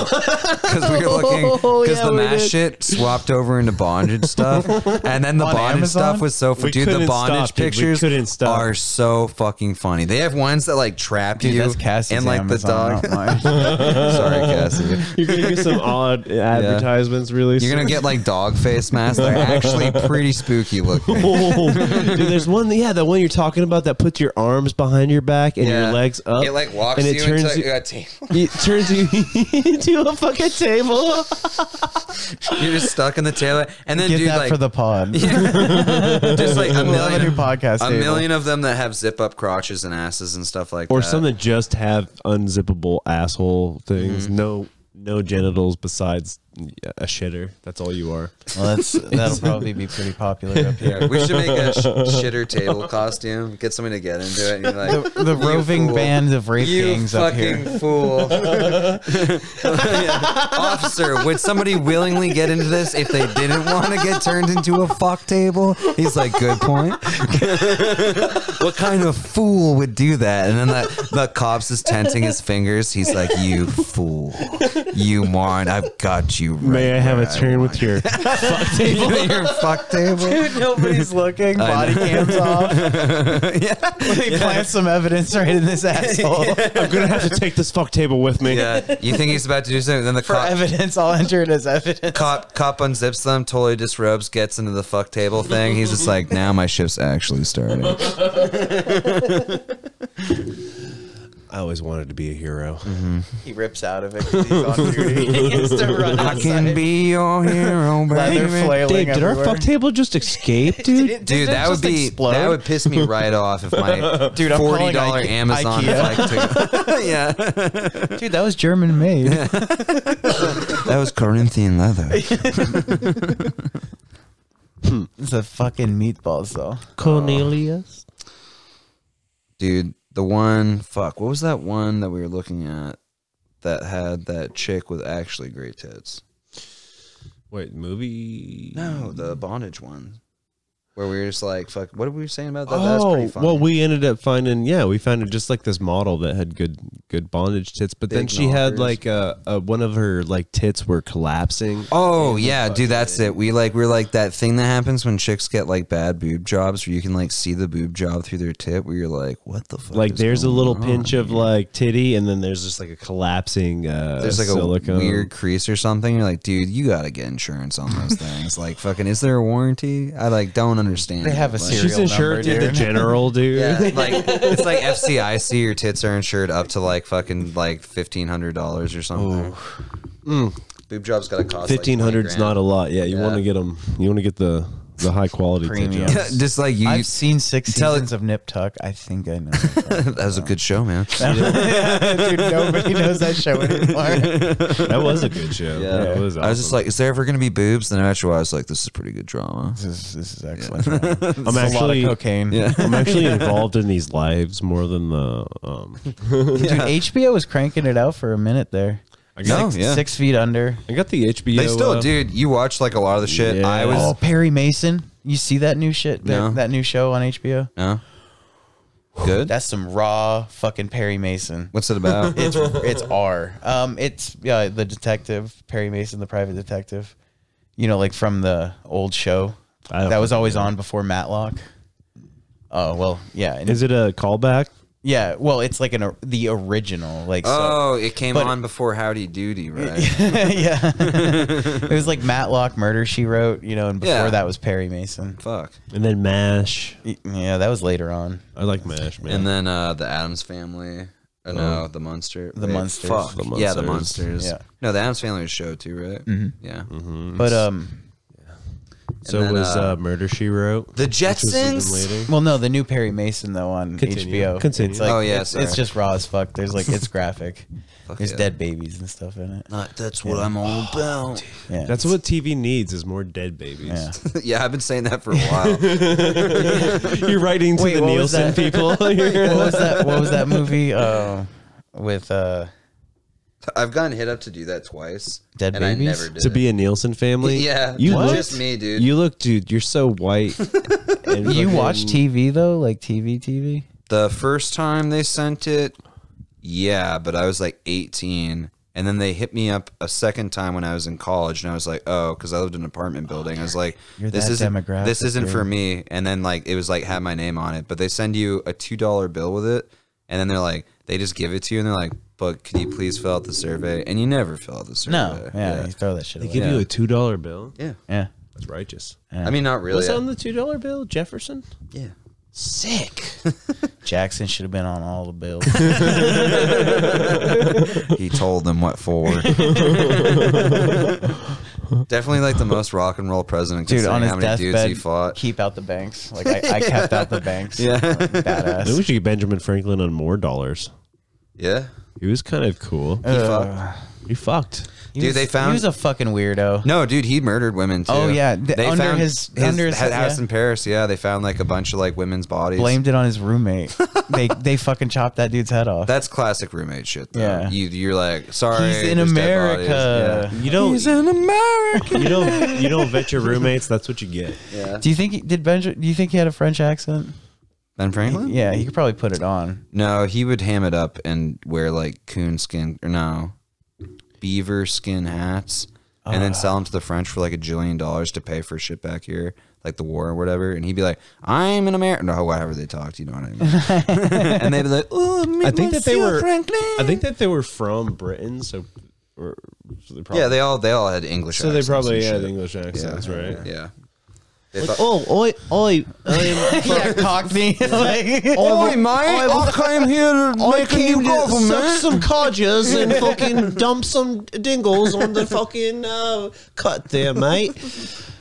because we were looking Oh, because yeah, the we mask did. shit swapped over into bondage stuff, and then the On bondage Amazon? stuff was so. We dude, the couldn't stop, bondage dude. We pictures couldn't stop. are so fucking funny. They have ones that like trap Dude, you that's Cassie's and like Amazon, the not mine. dog. Sorry, Cassie. You're gonna get some odd advertisements really You're gonna get like dog face masks. They're actually pretty spooky looking. Dude, there's one. Yeah, that one you're talking about that puts your arms behind your back and Yeah. your legs up. It like walks and it you turns into you, a table. it turns you into a fucking table. You're just stuck in the tail, and then Get dude that like for the pod. just like a We'll have a million new podcast a table. million of them that have zip up crotches and asses and stuff like or that. some that just have unzippable asshole things. No, no genitals besides a shitter. That's all you are. Well, that's that'll probably be pretty popular up here. Yeah, we should make a sh- shitter table costume. Get somebody to get into it. And you're like, The roving fool. band of rape you gangs up here. fucking fool, Yeah. officer! Would somebody willingly get into this if they didn't want to get turned into a fuck table? He's like, good point. what kind of fool would do that? And then the, the cops is tensing his fingers. He's like, you fool, you moron! I've got you. Right May I have a turn with your? with your fuck table? Dude, nobody's looking. Body cams off. They plant some evidence right in this asshole. I'm gonna have to take this fuck table with me. Yeah, you think he's about to do something? Then the For cop, evidence, I'll enter it as evidence. cop cop unzips them, totally disrobes, gets into the fuck table thing. He's just like, now my shift's actually starting. I always wanted to be a hero. He rips out of it because he's on duty. He gets to run I can be your hero, Leather baby. flailing Dave, did everywhere. our fuck table just escape, dude? Dude, that would be that would piss me right off if my Dude, I'm forty calling dollar Ike- Amazon Ikea. flag took. yeah, Dude, that was German made. that was Corinthian leather. It's a fucking meatballs though. Cornelius. Dude, the one fuck, what was that one that we were looking at that had that chick with actually great tits? Wait, movie? No, the bondage one. Where we were just like, fuck, what were we saying about that? That's Oh, pretty funny. well, we ended up finding, yeah, we found it just like this model that had good, good bondage tits, but then Big she had knockers. like a, a one of her like tits were collapsing. Oh yeah, dude, that's it. We like we're like that thing that happens when chicks get like bad boob jobs, where you can like see the boob job through their tip. Where you're like, what the fuck? Like is there's a going little on? pinch of like titty, and then there's just like a collapsing. Uh, There's like silicone. a weird crease or something. You're like, dude, you gotta get insurance on those things. Like, fucking, is there a warranty? I like don't understand. They it, have a like- serious- She's insured Serial number, through the dude. general, dude. Yeah, like it's like FCIC. Your tits are insured up to like fucking like fifteen hundred dollars or something. Boob job's gotta cost like, 20 Fifteen hundred's grand. not a lot. Yeah, you Yeah. want to get them. You want to get the the high quality tits. Premium. out. Just like you, I've seen six tell it- seasons of Nip Tuck. I think I know. that was a good show, man. Dude, nobody knows that show anymore. That was a good show. Yeah, it was. Awesome. I was just like, is there ever going to be boobs? Then after a while, I was like, this is pretty good drama. This is, this is excellent. I'm I'm actually, a lot of cocaine. I'm actually involved in these lives more than the. Um, Dude, HBO was cranking it out for a minute there. I got, No, yeah. Six Feet Under. I got the HBO. They still, uh, dude, you watch like a lot of the shit. Yeah. I Oh, was. Perry Mason. You see that new shit? That, No. that new show on HBO? No. Good. That's some raw fucking Perry Mason. What's it about? It's it's R. Um, it's uh, the detective Perry Mason, the private detective. You know, like from the old show I don't that was fucking always on before Matlock. Oh well, yeah, and Is it a callback? yeah. Well, it's like an or- the original, like so. oh, it came But- on before Howdy Doody, right? yeah. it was like Matlock Murder She Wrote, you know, and before Yeah. that was Perry Mason. Fuck. And then Mash. Y- Yeah, that was later on. I like Mash, man. And then uh, the Adams Family. Oh, no, the Munster. The Munsters. Fuck. The Yeah, the Munsters. Munsters. Yeah. Mm-hmm. No, the Adams Family was a show too, right? Mm-hmm. Yeah. But um, So then, was uh, uh, Murder She Wrote. The which was even Jetsons? later. Well, no, the new Perry Mason though on Continue. HBO. Continue. It's like, Oh, yeah, it's, it's sorry. just raw as fuck. There's like it's graphic. There's yeah. dead babies and stuff in it. Not, that's what I'm Oh, all about. Yeah, That's what TV needs is more dead babies. Yeah. yeah, I've been saying that for a while. You're writing to Wait, the what was Nielsen that? people. what was that? What was that movie? Uh, with uh, I've gotten hit up to do that twice. Dead and babies? I never did to be it. a Nielsen family. Yeah, you what? look, just me, dude. You look, dude. You're so white. And you fucking- watch TV though, like TV, TV. the first time they sent it, yeah, but I was like 18. And then they hit me up a second time when I was in college, and I was like, "Oh, because I lived in an apartment building." I was like, you're "This that isn't demographic, this isn't for dude. me." And then like it was like had my name on it, but they send you a two dollar bill with it, and then they're like, they just give it to you, and they're like, "But could you please fill out the survey?" And you never fill out the survey. No, yeah, you throw that shit They away. give you a two dollar bill. yeah. yeah, That's righteous. I mean, not really. What's on the two dollar bill, Jefferson? yeah. Sick. Jackson should have been on all the bills. He told them what for. Definitely like the most rock and roll president. Dude, considering on his how many dudes he deathbed, fought. keep out the banks. Like I, I kept out the banks. Yeah, badass. Maybe we should get Benjamin Franklin on more dollars. yeah. He was kind of cool. He Uh, fucked. He fucked. He Dude, was- they he found- was a fucking weirdo. No, dude, he murdered women too. Oh, yeah, th- they under found his- under his- ha- house yeah. in Paris. Yeah, they found like a bunch of like women's bodies. blamed it on his roommate. they they fucking chopped that dude's head off. That's classic roommate shit. Though. Yeah. you you're like sorry. He's in there's dead bodies. America. You don't. Yeah. in America. You don't. You don't vet your roommates. That's what you get. yeah. Do you think he, did Benjamin? Do you think he had a French accent? Ben Franklin. Yeah, he could probably put it on. No, he would ham it up and wear like coon skin or no, beaver skin hats, and Ah. then sell them to the French for like a jillion dollars to pay for shit back here, like the war or whatever. And he'd be like, "I'm an American," or however they talked. You know what I mean? and they'd be like, "Oh, I think that they were. Franklin." I think that they were from Britain, so. Or, so they probably, yeah, they all they all had English. So they accents and probably shit. had English accents, right? Yeah. They thought- Oh, oi, oi, yeah, Cockney. like, Oi, mate! Oh I came here to make a new government. some codgers and fucking dump some dingles on the fucking uh, cut there, mate.